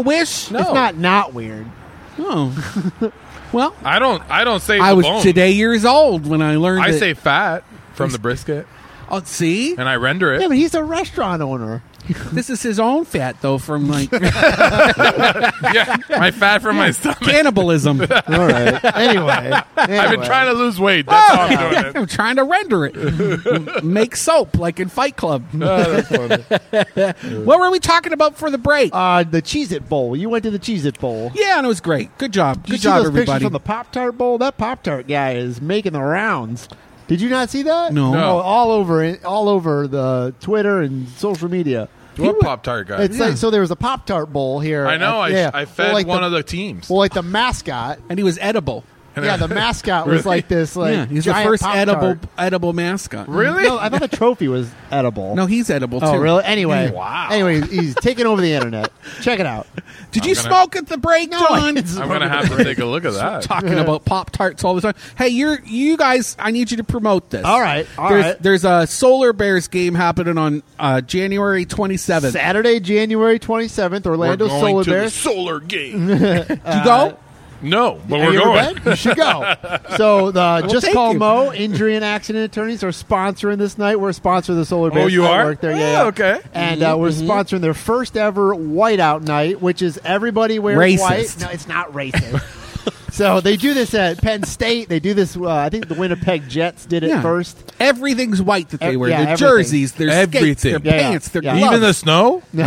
A: It's
B: wish?
A: not not weird.
B: Oh. well,
C: I don't. I don't save.
B: I
C: the
B: was
C: bone.
B: today years old when I learned.
C: I
B: that-
C: say fat from the brisket
B: Oh, see,
C: and I render
A: Yeah,
C: it.
A: but he's a restaurant owner.
B: this is his own fat though from like
C: yeah, my fat from my stomach.
B: cannibalism.
A: All right. Anyway,
C: I've been trying to lose weight. That's how I'm doing it.
B: I'm trying to render it, M- make soap like in Fight Club. what were we talking about for the break?
A: Uh, the Cheez It Bowl. You went to the Cheez It Bowl.
B: yeah, and it was great. Good job.
A: Did you
B: Good
A: see
B: job,
A: those pictures
B: everybody.
A: from the Pop Tart Bowl? That Pop Tart guy is making the rounds. Did you not see that?
B: No. No.
A: Oh, all over, all over the Twitter and social media.
C: What pop tart guy?
A: It's like so. There was a Pop Tart Bowl here.
C: I know. I,
A: yeah.
C: I
A: Well,
C: fed
A: like
C: one
A: the,
C: of the teams.
A: Well, like the mascot.
B: and he was edible.
A: Yeah, the mascot was like this. Like
B: yeah, he's the
A: giant
B: first
A: Pop-Tart.
B: edible edible mascot.
C: really?
A: No, I thought the trophy was edible.
B: No, he's edible too.
A: Oh, really? Anyway,
C: Wow.
A: Anyway, he's taking over the internet. Check it out.
B: Did you
C: gonna-
B: smoke at the break, John?
A: it's-
C: I'm gonna have to take a look at that.
B: talking about Pop Tarts all the time. Hey, you're you guys. I need you to promote this.
A: All right, all
B: there's,
A: right.
B: there's a Solar Bears game happening on uh, January 27th.
A: Saturday, January twenty seventh,
C: We're
A: Orlando
C: going
A: Solar
C: to the
A: Bears.
C: solar game.
B: Did you go?
C: No, but
A: Are
C: we're
A: you
C: going.
A: ever been? You should go. So the Just
B: thank
A: Call
B: you.
A: Mo Injury and Accident Attorneys are sponsoring this night. We're a sponsor of the Solar
C: Oh,
A: Bears
C: you are?
A: Network There,
C: Oh,
A: yeah, yeah.
C: okay.
A: And uh, we're
B: Mm-hmm.
A: sponsoring their first ever Whiteout Night, which is everybody wearing
B: Racist.
A: white. No, it's not racist. so they do this at Penn State. They do this. Uh, I think the Winnipeg Jets did it
B: Yeah.
A: first.
B: Everything's white that they
A: Ev-
B: wear.
A: yeah,
B: their
A: everything.
B: jerseys, their skates,
C: Everything.
B: their
A: Yeah, yeah.
B: pants, their
A: Yeah.
C: Even the
B: gloves,
C: snow?
B: even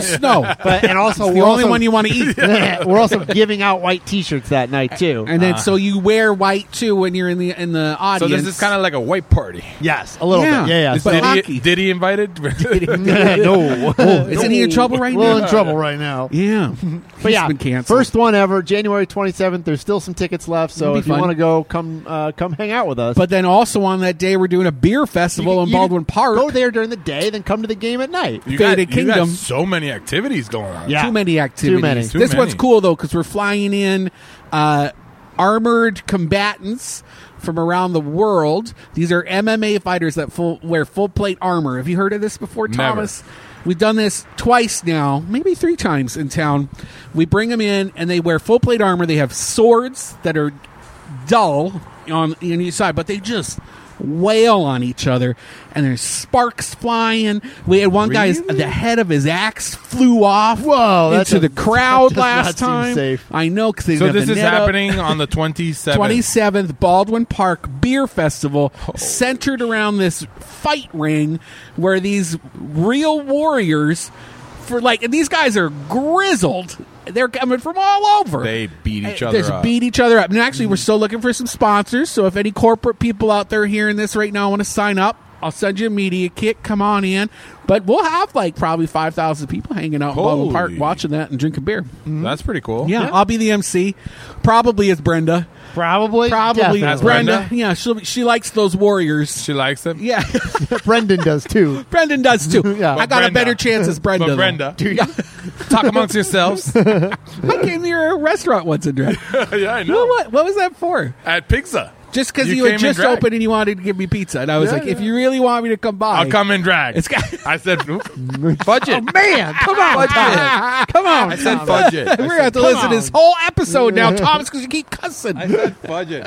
B: snow.
A: But and also
B: the
A: we're
B: only
A: also-
B: one you want to eat.
A: we're also giving out white T-shirts that night too. Uh,
B: And then so you wear white too when you're in the in the
C: So
B: audience.
C: this is kind of like a white party.
A: yes, a little
B: Yeah.
A: bit. Yeah, yeah.
B: This
A: So-
B: is-
C: Did
B: hockey.
C: he, did he invited?
A: no,
B: oh, isn't he in trouble right
A: we're in
B: now?
A: trouble right now.
B: Yeah,
A: But
B: He's
A: yeah,
B: been canceled.
A: first one ever, January 27th. There's still some tickets left, so
B: It'll be
A: if you
B: fun.
A: want to go, come uh, come hang out with us.
B: but then also on that day we're doing a beer
A: You
B: festival
A: can-
B: in
A: you can
B: Baldwin Park.
A: Go there during the day, then come to the game at night.
C: You
B: Faded
C: got, you got
B: Kingdom.
C: so many activities going on.
A: Yeah.
B: Too many activities.
A: many.
B: This
A: Too
B: one's
C: many.
B: cool though because we're flying in uh, armored combatants from around the world. These are MMA fighters that full, wear full plate armor. Have you heard of this before,
C: Never.
B: Thomas? We've done this twice now, maybe three times in town. We bring them in and they wear full plate armor. They have swords that are dull on, on each side, but they just wail on each other and there's sparks flying. We had one guy's
C: Really?
B: the head of his axe flew off
A: Whoa, that
B: into the
A: doesn't-
B: crowd
A: that does not
B: last
A: seem
B: time.
A: safe.
B: I know because
C: So this is happening on the 27th.
B: Twenty seventh Baldwin Park Beer Festival,
C: Oh.
B: centered around this fight ring, where these real warriors, for like, and these guys are grizzled. They're coming from all over.
C: They beat each
B: Uh,
C: other
B: Just
C: up. Mm-hmm.
B: beat each other up. And actually, we're still looking for some sponsors. So if any corporate people out there hearing this right now want to sign up, I'll send you a media kit. Come on in. But we'll have like probably 5,000 people hanging out in Baldwin Park
C: Holy.
B: watching that and drinking beer.
C: That's pretty cool.
B: Yeah, I'll be the MC. Probably it's Brenda.
A: Probably,
B: Probably
A: definitely.
C: That's
B: Brenda.
C: Brenda?
B: Yeah, she she likes those warriors.
C: She likes them.
B: Yeah,
A: Brendan does too.
B: Brendan does too.
A: Yeah.
B: I got a
C: Brenda.
B: better chance as Brenda.
C: But
B: though.
C: Brenda, talk amongst yourselves.
B: I came to your restaurant once and drank.
C: yeah, I know.
B: what, what was that for?
C: At Pizza.
B: Just because
C: You
B: you, had
C: came in
B: just
C: drag.
B: opened and you wanted to give me pizza, and I was
A: Yeah,
B: like, if
A: yeah.
B: you really want me to come by,
C: I'll come in drag.
B: It's got-
C: I said "Oop, budget.
A: Oh,
B: Man, come on, Tom. come on.
C: I said budget. I
B: We're
C: said
B: gonna have to listen
A: on.
B: to this whole episode now, Thomas, because you keep cussing.
C: budget.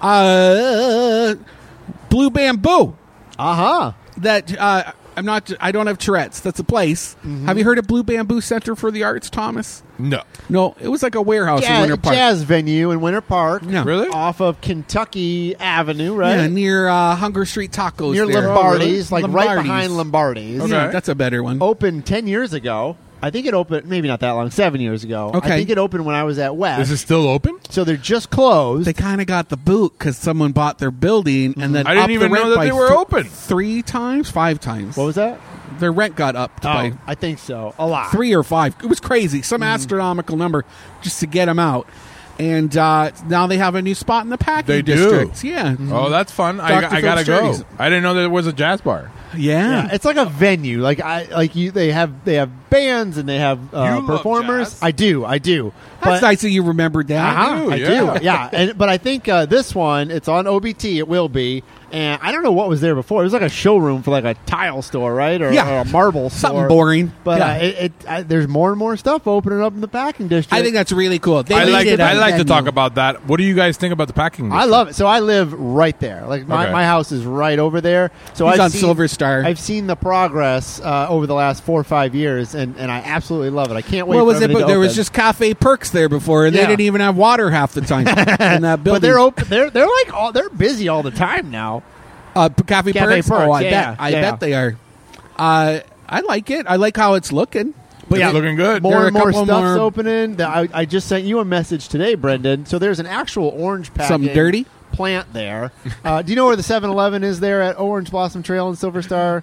B: Uh, Blue Bamboo.
A: Uh huh.
B: that uh, I'm not. I don't have Tourette's. That's a place.
A: Mm-hmm.
B: Have you heard of Blue Bamboo Center for the Arts, Thomas?
C: No.
B: No, it was like a warehouse in Winter Park.
A: Jazz venue in Winter Park.
B: Yeah.
C: Really?
A: Off of Kentucky Avenue, right?
B: Yeah, near uh, Hunger Street Tacos.
A: Near
B: there.
A: Lombardi's, like right
B: Lombardi's.
A: behind Lombardi's.
C: Oh,
A: Oh.
C: Okay.
B: Yeah, that's a better one.
A: Opened 10 years ago. I think it opened, maybe not that long, seven years ago.
B: Okay.
A: I think it opened when I was at West.
C: Is it still open?
A: so they're just closed.
B: They kind of got the boot because someone bought their building
A: Mm-hmm.
B: and then
C: I didn't
B: upped the
C: even know
B: rent
C: that
B: by
C: they were
B: th-
C: open.
B: three times, five times.
A: what was Oh. that?
B: their rent got upped by
A: I think so. A lot.
B: Oh. three or five. It was crazy, some
A: Mm.
B: astronomical number just to get them out. And uh, now they have a new spot in the packing
C: They do.
B: district. Yeah,
C: Oh, that's fun. I,
B: Dr.
C: I gotta
B: Phil's
C: go.
B: Journeys.
C: I didn't know there was a jazz bar.
B: yeah.
A: Yeah, it's like a venue. Like I like you. They have they have bands and they have uh,
C: You love
A: performers.
C: jazz.
A: I do. I do.
B: That's
A: but,
B: nice that you remembered that.
A: Uh-huh,
C: do,
A: I
C: yeah.
A: do. Yeah. And, but I think uh, this one, it's on OBT. It will be. And I don't know what was there before. It was like a showroom for like a tile store, right? Or,
B: Yeah.
A: or a marble store.
B: Something boring.
A: But
B: Yeah.
A: uh, it, it I, there's more and more stuff opening up in the packing district.
B: I think that's really cool. They
C: I
B: made
C: like.
B: it
C: I
B: a
C: like to
B: venue.
C: talk about that. What do you guys think about the packing?
A: I love it. So I live right there. Like my,
C: Okay.
A: my house is right over there. So
B: He's
A: I've
B: on
A: seen,
B: Silver Star.
A: I've seen the progress uh, over the last four or five years, and, and I absolutely love it. I can't wait.
B: What
A: for
B: was it?
A: everything
B: But
A: to
B: there was
A: open.
B: just cafe perks there before, and
A: Yeah.
B: they didn't even have water half the time in that building.
A: But they're open. They're they're like all they're busy all the time now.
B: uh, p- cafe,
A: Cafe
B: perks.
A: Perks,
B: Oh, I
A: yeah,
B: bet. I
A: yeah.
B: bet they are. Uh, I like it. I like how it's looking.
A: But
C: It's looking good.
A: More
B: There are
A: and
B: a
A: more
B: couple
A: stuff's
B: more-
A: opening. The- I, I just sent you a message today, Brendan. So there's an actual orange packing
B: Something dirty?
A: plant there. Uh, do you know where the 7-Eleven is there at Orange Blossom Trail and Silver Star?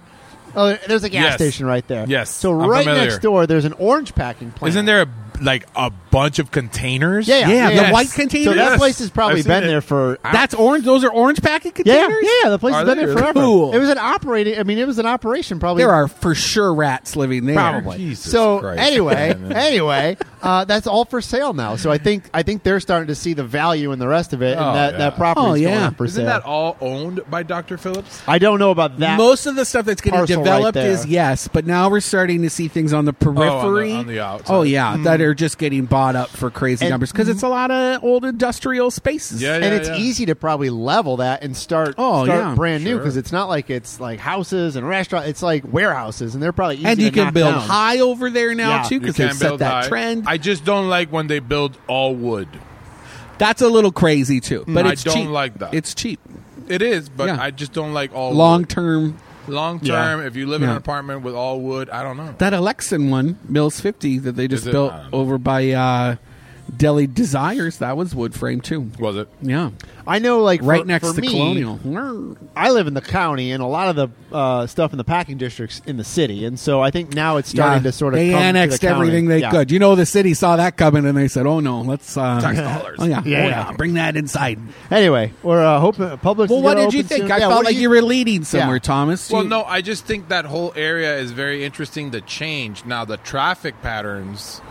A: Oh, there's a gas
C: Yes.
A: station right there.
C: Yes,
A: So
C: I'm
A: right
C: familiar.
A: next door, there's an orange packing plant.
C: Isn't there a, like a bunch of containers?
A: Yeah, yeah,
B: Yeah, the
A: yes.
B: white
A: So
B: containers.
A: that
C: Yes.
A: place has probably
C: I've seen
A: been
C: it.
A: there for.
B: That's orange. Those are orange packet
A: Yeah,
B: containers.
A: yeah, the place
C: Are
A: has been
C: they?
A: there forever.
B: Cool.
A: It was an operating. I mean, it was an operation probably
B: There are for sure rats living there.
A: Probably.
C: Jesus
A: so
C: Christ,
A: anyway,
C: man.
A: anyway, uh, that's all for sale now. So I think I think they're starting to see the value in the rest of it,
C: Oh,
A: and that
C: yeah.
A: that property
B: Oh, yeah.
A: going up for
C: Isn't
A: sale.
C: that all owned by Dr. Phillips?
A: I don't know about that.
B: Most of the stuff that's getting
A: parcel right
B: developed is
A: there.
B: yes, but now we're starting to see things on the periphery,
C: Oh, on the outside.
B: Oh, yeah, that are just getting bought up for crazy
A: Mm. And-
B: numbers because it's a lot of old industrial spaces.
C: Yeah,
A: and it's easy to probably level that and start
B: Oh,
A: start
B: yeah.
A: brand new
C: Sure.
A: because it's not like it's like houses and restaurants. It's like warehouses, and they're probably easy
B: and you
A: to
B: can
A: knock
B: build
A: down.
B: high over there now
A: Yeah.
B: too
C: You
B: because they
C: can
B: set
C: build
B: that
C: high.
B: trend.
C: I just don't like when they build all wood.
B: That's a little crazy too, but
C: Mm, I
B: it's
C: don't
B: cheap.
C: like that. Oh,
B: It's cheap,
C: It is, but
B: Yeah.
C: I just don't like all
B: long term.
C: Long term, if you live in
B: Yeah.
C: an apartment with all wood, I don't know.
B: That Alexan one, Mills fifty, that they just
C: Is it?
B: built
C: I don't know.
B: over by uh, Deli Desires, that was wood frame too.
C: Was it?
B: Yeah,
A: I know, like
B: right
A: for-
B: next
A: for
B: to
A: me,
B: Colonial.
A: I live in the county, and a lot of the uh, stuff in the packing districts in the city, and so I think now it's starting to sort of
B: they
A: come to the
B: annexed
A: county.
B: everything they
A: Yeah.
B: could. You know, the city saw that coming and they said, "Oh no, let's uh,
C: Tax dollars.
B: Oh yeah,
A: Yeah.
B: Oh, yeah, bring that inside."
A: Anyway, we're uh, hoping Publix.
B: Well,
A: is
B: what
A: gonna
B: did you
A: open
B: think?
A: soon.
B: I
A: Yeah,
B: felt
A: what do
B: like you,
A: you
B: were leading somewhere,
A: Yeah.
B: Thomas.
C: Well,
B: You-
C: no, I just think that whole area is very interesting to change. Now the traffic patterns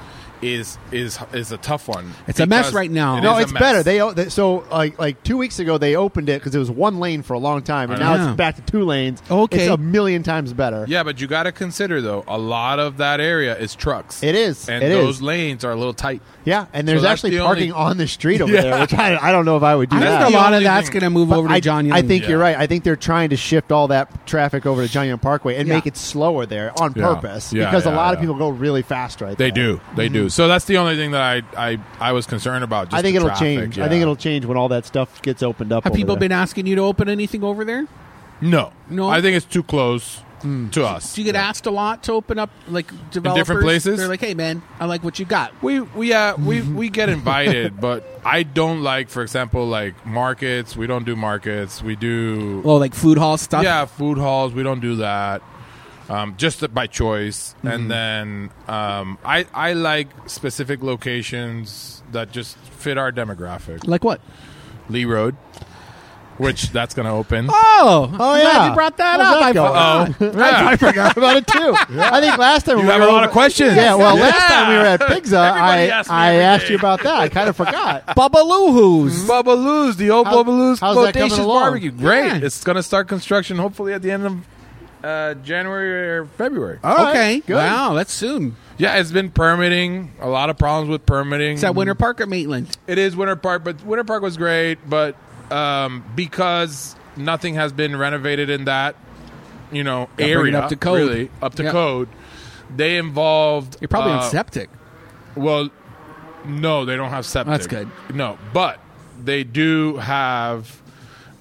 C: is is is a tough one.
B: It's a mess
C: because
B: right now.
C: it
B: No,
A: No,
C: is a
A: it's
C: mess.
A: better. They, o- they so like like two weeks ago they opened it because it was one lane for a long time, and now
B: Yeah.
A: it's back to two lanes.
B: Okay.
A: it's a million times better.
C: yeah, but you got to consider though, a lot of that area is trucks.
A: It is.
C: and
A: It is.
C: those lanes are a little tight.
A: Yeah, and there's
C: So that's
A: actually
C: the
A: parking
C: only-
A: on the street over
C: Yeah.
A: there, which I, I don't know if I would do
B: I
A: that.
B: think a
C: the
B: lot of
C: only
B: that's
C: thing-
B: going to move
A: But
B: over
A: I,
B: to John Young.
A: I think
C: Yeah.
A: you're right. I think they're trying to shift all that traffic over to John Young Parkway and
B: Yeah.
A: make it slower there on
C: Yeah.
A: purpose
C: Yeah,
A: because a
C: yeah,
A: lot of
C: yeah.
A: people go really fast right
C: They
A: there.
C: do. They do. So that's the only thing that I I, I was concerned about. Just
A: Mm-hmm. I think
C: the
A: it'll
C: traffic,
A: change. I
C: yeah.
A: think it'll change when all that stuff gets opened up.
B: Have
A: over
B: people
A: there.
B: been asking you to open anything over there?
C: no
B: No?
C: I think it's too close
A: Mm.
C: to us.
B: Do you get asked a lot to open up like developers?
C: places?
B: They're like, "Hey, man, I like what you got."
C: We we uh we
A: Mm-hmm.
C: we get invited, but I don't like, for example, like markets. We don't do markets. We do
B: Well, like food hall stuff.
C: yeah food halls. We don't do that. Um, just by choice, and then um, I I like specific locations that just fit our demographic.
B: Like what?
C: Lee Road, which that's going to open. Oh,
B: Oh,
A: Oh
B: I'm
A: yeah,
B: glad you brought that
A: How's
B: up. I
A: going?
B: forgot.
C: Yeah.
A: I forgot about it too. I think last time
C: You
A: we
C: have
A: were
C: a lot
A: over-
C: of questions.
A: Yeah, well,
C: Yeah.
A: last time we were at Pigza, I
C: Everybody asks me
A: I
C: every
A: asked
C: day.
A: you about that. I kind of forgot.
B: Bubba Lou Who's.
A: Mm.
C: Bubba Lou's, the old
A: How-
C: Bubba Lou's
A: how's that coming
C: Flotations
A: along?
C: Barbecue. Great.
B: Yeah.
C: It's going to start construction hopefully at the end of uh, January or February.
A: All right,
B: okay.
A: good.
B: Wow, that's soon.
C: Yeah, it's been permitting. A lot of problems with permitting.
B: It's at Winter Park at Maitland.
C: It is Winter Park, but Winter Park was great. But um, because nothing has been renovated in that, you know,
B: Gotta bring it
C: area
B: up to code.
C: really, up to
B: Yeah.
C: code, they involved.
B: You're probably on
C: uh,
B: septic.
C: Well, no, they don't have septic.
B: That's good.
C: No, but they do have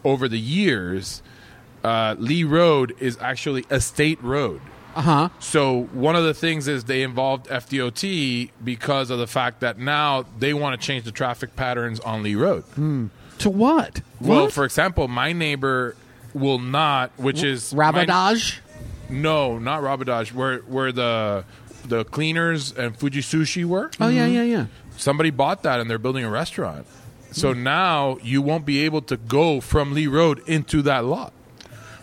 C: over the years. Uh, Lee Road is actually a state road.
B: Uh huh.
C: So one of the things is they involved FDOT because of the fact that now they want to change the traffic patterns on Lee Road.
B: To what?
C: Well,
B: Hmm. What?
C: for example, my neighbor will not, which is my-
B: Rabadage.
C: no, not Rabadage. Where where the the cleaners and Fuji Sushi were.
B: Oh yeah, yeah, yeah.
C: Somebody bought that and they're building a restaurant. So
A: Hmm.
C: now you won't be able to go from Lee Road into that lot.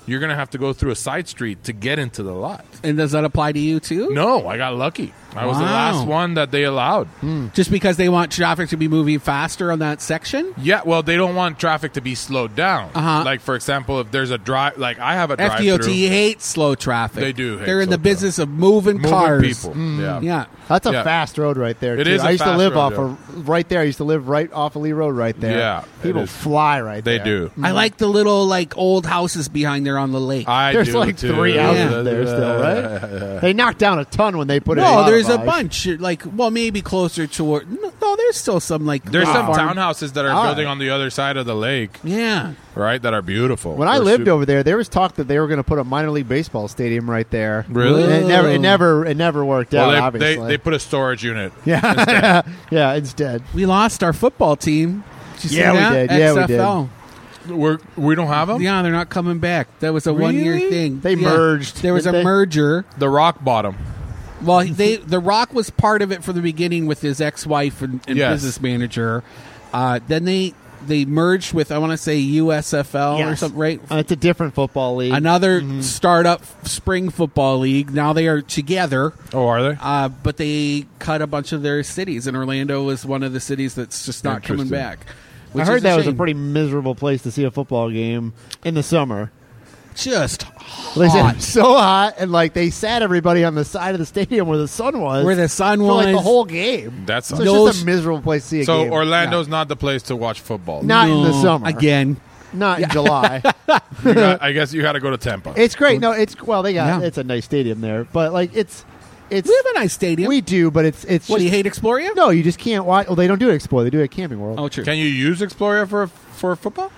C: You're gonna have to go through a side street to get into the lot.
B: And does that apply to you too?
C: No, I got lucky. I was the
B: Wow.
C: last one that they allowed.
A: Hmm.
B: Just because they want traffic to be moving faster on that section?
C: Yeah, well, they don't want traffic to be slowed down.
B: Uh-huh.
C: Like for example, if there's a drive, like I have a drive
B: FDOT
C: through
B: hates slow traffic.
C: They do hate
B: They're in the
C: slow
B: business of moving,
C: moving
B: cars. Mm.
C: people.
A: Hmm.
C: Yeah.
B: Yeah.
A: That's a
C: Yeah.
A: fast road right there.
C: It
A: too.
C: is a
A: I used to
C: fast
A: live
C: road,
A: off
C: yeah.
A: of right there. I used to live right off of Lee Road right there.
C: Yeah, it
A: people
C: is.
A: fly right
C: They
A: there.
C: do.
B: I like the little like old houses behind there on the lake.
C: Mm-hmm.
B: Oh,
C: I
A: There's
C: do
A: like
C: too.
A: three houses
B: Yeah.
A: there still, right? They knocked down a ton when they put it.
B: no,
A: in
B: there's a
A: Autobahn.
B: bunch. Like, well, maybe closer toward. No, no, there's still some like.
C: There's
B: little
C: some
B: farm-
C: townhouses that are
A: All
C: building
A: right.
C: on the other side of the lake,
B: Yeah.
C: right? That are beautiful.
A: When I
C: They're
A: lived
C: super-
A: over there, there was talk that they were going to put a minor league baseball stadium right there.
C: Really?
A: And it never,
B: Whoa.
A: it never, it never worked out.
C: Well, they- they,
A: obviously,
C: they put a storage unit.
A: yeah, yeah. Instead,
B: We lost our football team. Did you
A: Yeah,
B: see
A: we
B: that?
A: did. Yeah, we did.
B: XFL.
C: We're we don't have them.
B: Yeah, they're not coming back. That was a one year
A: Really?
B: thing.
A: They
B: Yeah.
A: merged,
B: There was a
A: didn't they?
B: merger.
C: The rock bottom.
B: Well, they The Rock was part of it from the beginning with his ex wife and, and
C: Yes.
B: business manager. Uh, then they they merged with I want to say USFL or
A: Yes.
B: something, right?
A: Uh, mm-hmm. it's a different football league.
B: Another startup spring football league. Now they are together.
C: Oh, are they?
B: Uh, but they cut a bunch of their cities, and Orlando was one of the cities that's just not coming
C: Interesting.
B: back.
A: I
B: which
A: heard
B: is
A: that was a
B: shame.
A: pretty miserable place to see a football game in the summer.
B: just
A: They said it
B: hot.
A: was so hot, and like they sat everybody on the side of the stadium where the sun was,
B: Where the sun
A: for, like the
B: was.
A: whole game.
C: That
A: so
C: sucks.
A: it's just
B: Those-
A: a miserable place to see a
C: so
A: game.
C: Orlando's not the place to watch football.
A: not in the
B: No,
A: summer
B: again.
A: not in July.
C: You got- I guess you got to go to Tampa.
A: it's great. No, it's well, they got
B: Yeah.
A: it's a nice stadium there, but like it's it's
B: We have a nice stadium.
A: we do, but it's it's
B: what do you
A: just,
B: hate Exploria?
A: no, you just can't watch. Well, they don't do it at Explore. They do it at Camping World.
B: oh true.
C: Can you use Exploria for for football?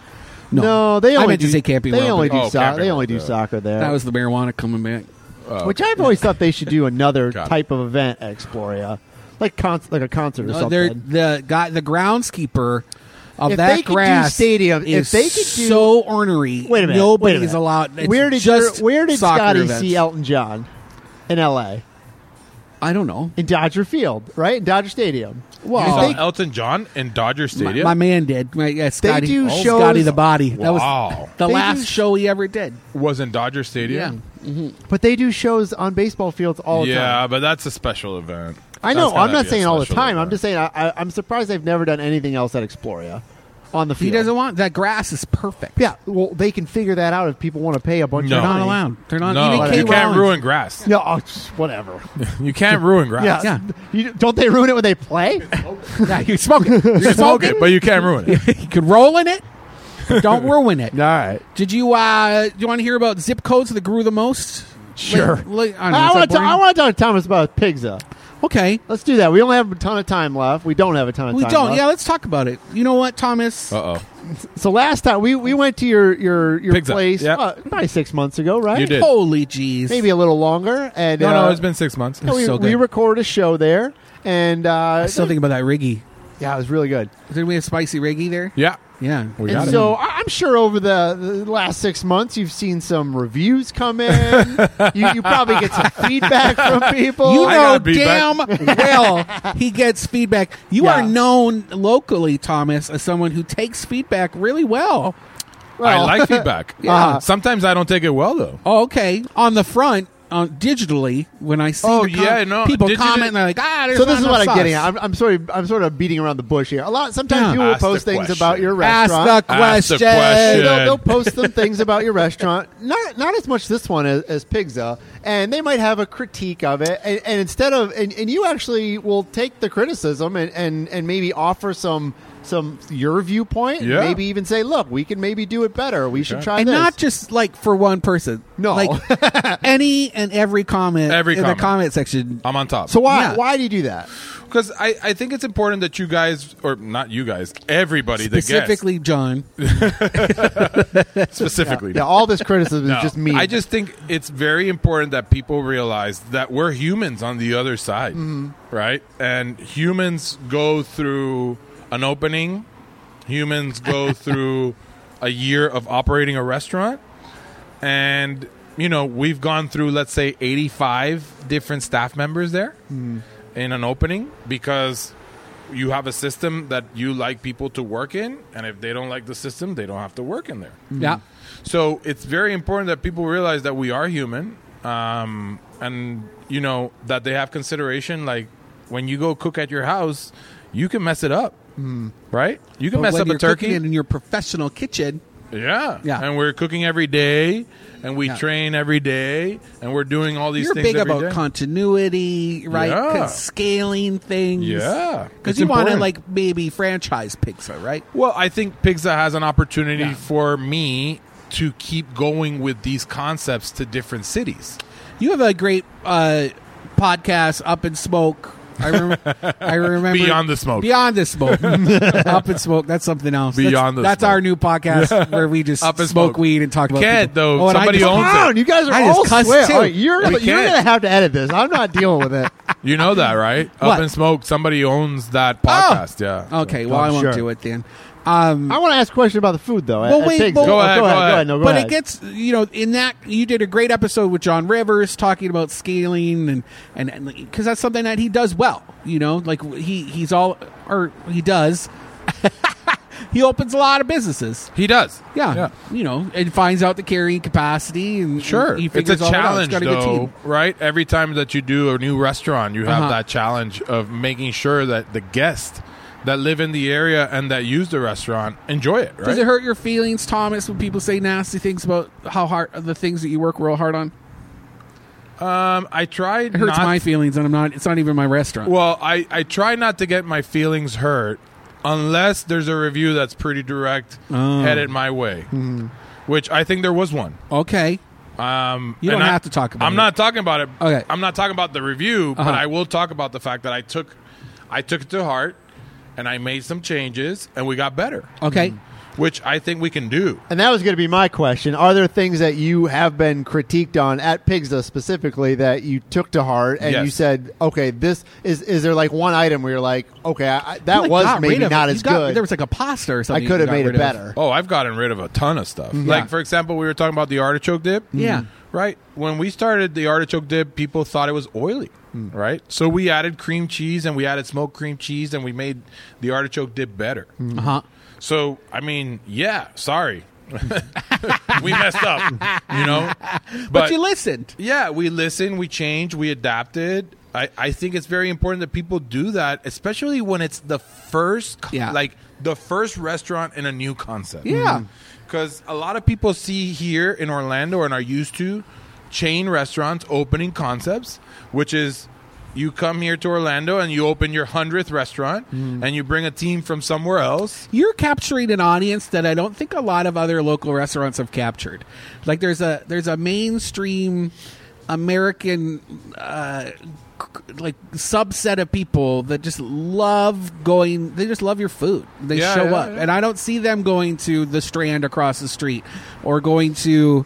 A: no, they
B: I
A: only
B: meant
A: do
B: to say Camping
A: They
B: World,
A: only
B: but-
A: do
C: Oh,
A: so-
C: Camping
A: they
C: World,
A: only do
C: yeah.
A: soccer there.
B: That was the marijuana coming back.
A: Which I've always thought they should do another
C: Oh, Got it.
A: type of event at Exploria, like con- like a concert or
B: Uh, they're-
A: something.
B: the guy, the groundskeeper of
A: If
B: that
A: they could do
B: grass
A: stadium- if
B: is
A: they could do-
B: so ornery.
A: Wait a minute.
B: nobody's
A: wait a minute.
B: allowed. It's
A: where did
B: just
A: your- where did
B: soccer
A: Scotty
B: events.
A: see Elton John in L.A.
B: I don't know.
A: in Dodger Field, right in Dodger Stadium?
B: Well,
C: You
A: If
C: saw
A: they,
C: Uh, Elton John in Dodger Stadium.
B: My man did. My, yeah, Scotty,
A: do
B: oh,
A: shows-
B: Scotty the Body. That
C: Wow.
B: was the
A: They
B: last
A: do-
B: show he ever did.
C: was in Dodger
B: Yeah.
C: Stadium.
A: but they do shows on baseball fields all the
C: yeah,
A: time.
C: but that's a special event.
A: I
C: That's
A: know.
C: gotta
A: I'm not
C: be a
A: saying all the
C: special
A: time. I'm
C: event.
A: just saying I, I, I'm surprised they've never done anything else at Exploria on the
B: He
A: field.
B: doesn't want that grass is perfect.
A: Yeah, well, they can figure that out if people want to pay a bunch.
C: No.
A: of
B: They're
A: money.
B: not allowed. They're not.
C: No,
A: E
B: even K.
C: you can't
B: Rowling.
C: ruin grass.
A: No, oh, just whatever.
C: You can't ruin grass.
A: Yeah,
B: Yeah.
A: You, don't they ruin it when they play?
B: Yeah, you smoke it. You
C: You smoke it, but you can't ruin it.
B: you can roll in it. But don't ruin it.
A: All right.
B: Did you uh do you want to hear about zip codes that grew the most?
A: Sure.
B: Like- like- I, don't know,
A: I
B: is
A: want
B: that
A: to. I
B: boring?
A: want to talk to Thomas about pizza.
B: Okay.
A: Let's do that. We only have a ton of time left. We don't have a ton of
B: We
A: time.
B: don't.
A: Left.
B: Yeah, let's talk about it. You know what, Thomas?
C: Uh oh.
A: So last time we, we went to your your your
C: Pizza.
A: place
C: Yep.
A: uh, probably six months ago, right?
C: You did.
B: Holy jeez.
A: Maybe a little longer. And
C: No,
A: uh,
C: no, it's been six months.
A: we,
B: so good.
A: we recorded a show there, and uh,
B: I still think about that Riggy.
A: yeah, it was really good.
B: Didn't we have spicy Riggy there?
C: Yeah.
B: Yeah.
C: We got
A: And
C: it.
A: so I- I'm sure over the, the last six months, you've seen some reviews come in. you, you probably get some feedback from people.
B: You
C: I
B: know
C: gotta be
B: damn well he gets feedback. You
A: Yeah.
B: are known locally, Thomas, as someone who takes feedback really well.
C: I
A: Well,
C: like feedback.
A: Yeah.
C: Sometimes I don't take it well though.
B: Oh, okay. On the front, on digitally, when I see
C: Oh,
B: the com-
C: yeah, no,
B: people
C: digiti-
B: comment, and they're like, ah, there's
A: So this
B: not
A: is
B: enough
A: what I'm
B: sauce.
A: getting at. I'm, I'm sort of I'm sort of beating around the bush here. A lot sometimes
B: Yeah.
A: people will
C: Ask the
A: post things
C: question.
A: about your
B: Ask
A: restaurant.
B: the
C: Ask the
B: question.
C: question.
A: they'll, they'll post some things about your restaurant. Not not as much this one as, as Pigza, and they might have a critique of it. And, and instead of and, and you actually will take the criticism and, and, and maybe offer some some your viewpoint. and
C: Yeah.
A: Maybe even say, look, we can maybe do it better. We should
C: Okay.
A: try
B: and
A: this.
B: not just like for one person.
A: No.
B: like any and every comment
C: Every
B: in
C: comment.
B: the comment section.
C: I'm on top.
A: so why
B: Yeah.
A: why do you do that?
C: because I, I think it's important that you guys or not you guys, everybody the guest, Mm-hmm.
B: Specifically, John.
C: specifically.
A: Yeah, all this criticism
C: No.
A: is just me.
C: I just think it's very important that people realize that we're humans on the other side,
A: Mm-hmm.
C: right? And humans go through an opening. Humans go through a year of operating a restaurant, and you know we've gone through let's say eighty-five different staff members there
A: Mm-hmm.
C: in an opening because you have a system that you like people to work in, and if they don't like the system, they don't have to work in there.
A: Mm-hmm.
B: Yeah,
C: So it's very important that people realize that we are human, um, and you know that they have consideration. Like when you go cook at your house, you can mess it up, right? You can
B: Mm-hmm. But
C: mess
B: when
C: up
B: you're
C: a turkey.
B: cooking it in your professional kitchen.
C: yeah,
B: Yeah.
C: And we're cooking every day, and we
B: Yeah.
C: train every day, and we're doing all these
B: You're
C: things.
B: big
C: every
B: about
C: day.
B: continuity, right?
C: Yeah.
B: 'Cause Scaling things.
C: Yeah.
B: because
C: It's
B: you want to
C: important.
B: like maybe franchise Pixar, right?
C: Well, I think Pizza has an opportunity
B: Yeah.
C: for me to keep going with these concepts to different cities.
B: You have a great uh, podcast, Up in Smoke. I, rem- I remember
C: Beyond the Smoke.
B: Beyond the smoke. Up in smoke. That's something else. That's-
C: Beyond the
B: That's
C: Smoke.
B: our new podcast where we just
C: Up in
B: smoke,
C: Smoke.
B: weed and talk about.
C: Can't,
B: people. Oh,
C: though.
B: and I
C: Somebody
B: just-
C: owns it.
A: Wow, you guys are
B: I just
A: all
B: cussed
A: swear.
B: too.
A: All right, you're
C: We
A: you're
C: can't.
A: gonna have to edit this. I'm not dealing with it.
C: You know that, right?
B: What? Oh.
C: Up in Smoke. Somebody owns that podcast. Yeah. So-
B: Okay, well
A: Oh,
B: I won't
A: sure.
B: do it then. Um,
A: I want to ask a question about the food though.
B: Well,
A: at- at
B: wait,
A: Pig's.
B: but- Go
A: Oh,
C: ahead,
A: go
C: go
A: ahead,
C: ahead.
A: No, go
B: but
A: ahead.
B: it gets you know in that you did a great episode with John Rivers talking about scaling and and because that's something that he does well. You know, like he he's all or he does. he opens a lot of businesses.
C: He does.
B: Yeah, you know, and finds out the carrying capacity and
C: Sure.
B: he
C: it's a
B: figures all that out. He's
C: challenge,
B: got a good
C: though,
B: team.
C: right? Every time that you do a new restaurant, you have
B: Uh-huh.
C: that challenge of making sure that the guests that live in the area and that use the restaurant enjoy it, right?
B: Does it hurt your feelings, Thomas, when people say nasty things about how hard the things that you work real hard on?
C: Um, I tried
B: It hurts
C: not
B: my feelings, and I'm not. It's not even my restaurant.
C: Well, I, I try not to get my feelings hurt unless there's a review that's pretty direct
B: Oh.
C: headed my way,
B: Mm-hmm.
C: which I think there was one.
B: okay,
C: Um,
B: You don't
C: and I-
B: have to talk about
C: I'm
B: it.
C: not talking about it.
B: Okay.
C: I'm not talking about the review,
B: Uh-huh.
C: but I will talk about the fact that I took I took it to heart and I made some changes and we got better,
B: okay.
C: which I think we can do.
A: And that was going to be my question. Are there things that you have been critiqued on at Pigza specifically that you took to heart and
C: Yes.
A: you said, okay, this is, is there like one item where you're like, okay, I, I- that
B: You, like,
A: was
B: got
A: maybe
B: rid of
A: not
B: it.
A: as
B: You got-
A: good.
B: There was like a pasta or
A: I
B: something. you
A: could have
B: got
A: made
B: rid
A: it
B: of.
A: better.
C: Oh, I've gotten rid of a ton of stuff.
B: Mm-hmm. Yeah. Mm-hmm.
C: Like for example, we were talking about the artichoke dip.
B: Yeah.
C: Right. When we started the artichoke dip, people thought it was oily.
B: Mm.
C: Right. So we added cream cheese and we added smoked cream cheese and we made the artichoke dip better.
B: Uh-huh.
C: So I mean, yeah. Sorry, we messed up. You know. But,
B: but you listened.
C: yeah, we listen, we change, we adapted. I, I think it's very important that people do that, especially when it's the first, co-
B: Yeah.
C: like the first restaurant in a new concept.
B: Yeah.
C: because a lot of people see here in Orlando and are used to chain restaurants opening concepts, which is you come here to Orlando and you open your hundredth restaurant
B: Mm.
C: and you bring a team from somewhere else.
B: you're capturing an audience that I don't think a lot of other local restaurants have captured. Like there's a there's a mainstream American uh, c- like subset of people that just love going. They just love your food. They
C: Yeah,
B: show
C: yeah,
B: up,
C: yeah.
B: and I don't see them going to the Strand across the street or going to.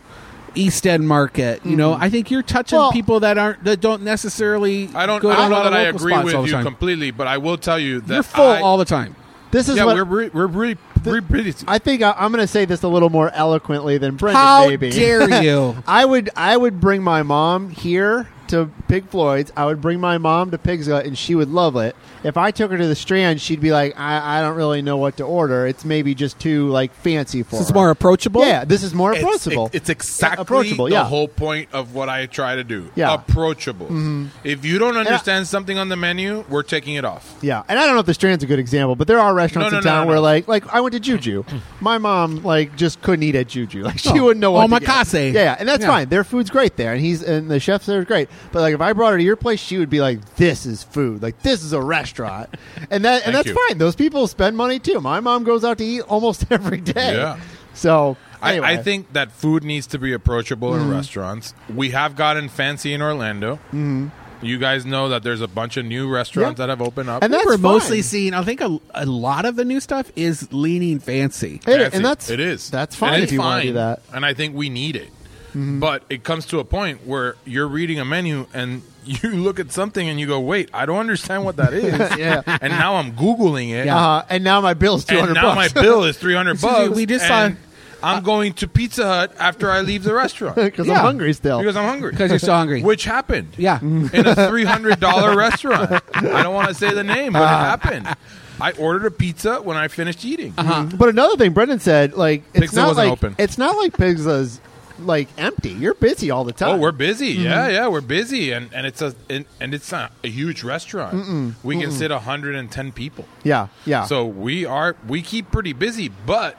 B: East End Market, you
C: Mm-hmm.
B: know. I think you're touching
A: Well- people
B: people that aren't that don't necessarily.
C: I don't,
B: Go
C: I don't know that I agree with you completely, but I will tell you that
B: You're full
C: I-
B: all the time.
A: this is
C: yeah,
A: what
C: we're re- we're really we're pretty.
A: I think I, I'm going to say this a little more eloquently than Brendan.
B: How
A: maybe.
B: dare you.
A: I would I would bring my mom here to Pig Floyd's. I would bring my mom to Pig's Gut, and she would love it. If I took her to the Strand, she'd be like, I, I don't really know what to order. It's maybe just too like fancy for.
B: It's
A: her."
B: more approachable.
A: Yeah, this is more approachable.
C: It's, it's exactly
A: approachable,
C: the
A: yeah.
C: whole point of what I try to do.
A: Yeah. Mm-hmm.
C: Approachable. If you don't understand something on the menu, we're taking it off.
A: Yeah, and I don't know if the Strand's a good example, but there are restaurants
C: No, no,
A: in
C: no,
A: town
C: no,
A: where
C: no.
A: like like I went to Juju. My mom like just couldn't eat at Juju. Like
C: Oh.
A: she wouldn't know what to get.
B: Omakase.
A: Yeah, yeah, and that's
B: Yeah.
A: fine. Their food's great there, and he's and the chefs there is great. But like if I brought her to your place, she would be like, "This is food. Like this is a restaurant," and that and
C: Thank
A: that's
C: you.
A: fine. Those people spend money too. My mom goes out to eat almost every day.
C: Yeah.
A: So anyway. Mm-hmm.
C: I, I think that food needs to be approachable in restaurants. We have gotten fancy in Orlando.
A: Mm-hmm.
C: You guys know that there's a bunch of new restaurants
A: Yeah.
C: that have opened up.
A: And that's
B: we're
A: fine.
B: mostly seeing. I think a, a lot of the new stuff is leaning fancy.
A: It-
C: Fancy.
A: and that's
C: it is.
A: That's
C: And
A: fine if
C: it's
A: you want to do
C: fine.
A: that. Mm-hmm.
C: And I think we need it. But it comes to a point where you're reading a menu and you look at something and you go, "Wait, I don't understand what that is."
A: Yeah.
C: And now I'm googling it.
A: Uh, and now my bill's two
C: and
A: hundred
C: now
A: bucks.
C: my bill is 300
B: Excuse
C: bucks.
B: me, we just
C: and
B: saw-
C: I'm going to Pizza Hut after I leave the restaurant
A: because
B: Yeah.
A: I'm hungry still.
C: because I'm hungry.
B: Because you're so hungry.
C: Which happened.
B: yeah.
C: In a $300 restaurant. I don't want to say the name, but
A: Uh-huh.
C: it happened. I ordered a pizza when I finished eating.
A: But another thing Brendan said, like it's
C: Pizza
A: not
C: wasn't
A: like
C: open.
A: it's not like Pizza's like empty. You're busy all the time.
C: Oh, we're busy. Yeah, yeah, we're busy, and and it's a and, and it's not a huge restaurant. We can sit 110 people.
A: yeah, yeah.
C: So we are we keep pretty busy, but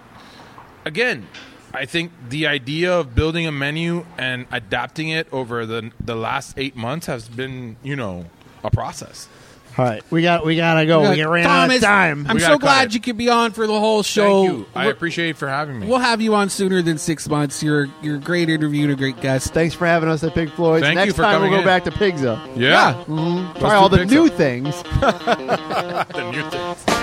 C: again, I think the idea of building a menu and adapting it over the the last eight months has been you know a process.
A: all right, we got we gotta go. We ran out of
B: Thomas,
A: time.
B: I'm
C: We
B: so
C: gotta cut
B: glad
C: it.
B: you could be on for the whole show.
C: Thank you. I
B: We're-
C: appreciate you for having me.
B: We'll have you on sooner than six months. You're you're a great interview and a great guest.
A: Thanks for having us at Pig Floyd's.
C: Thank
A: Next
C: you for
A: time we'll
C: coming
A: go
C: in.
A: back to Pizza.
C: yeah,
A: Try all the
C: Pigza.
A: new things.
C: the new thing.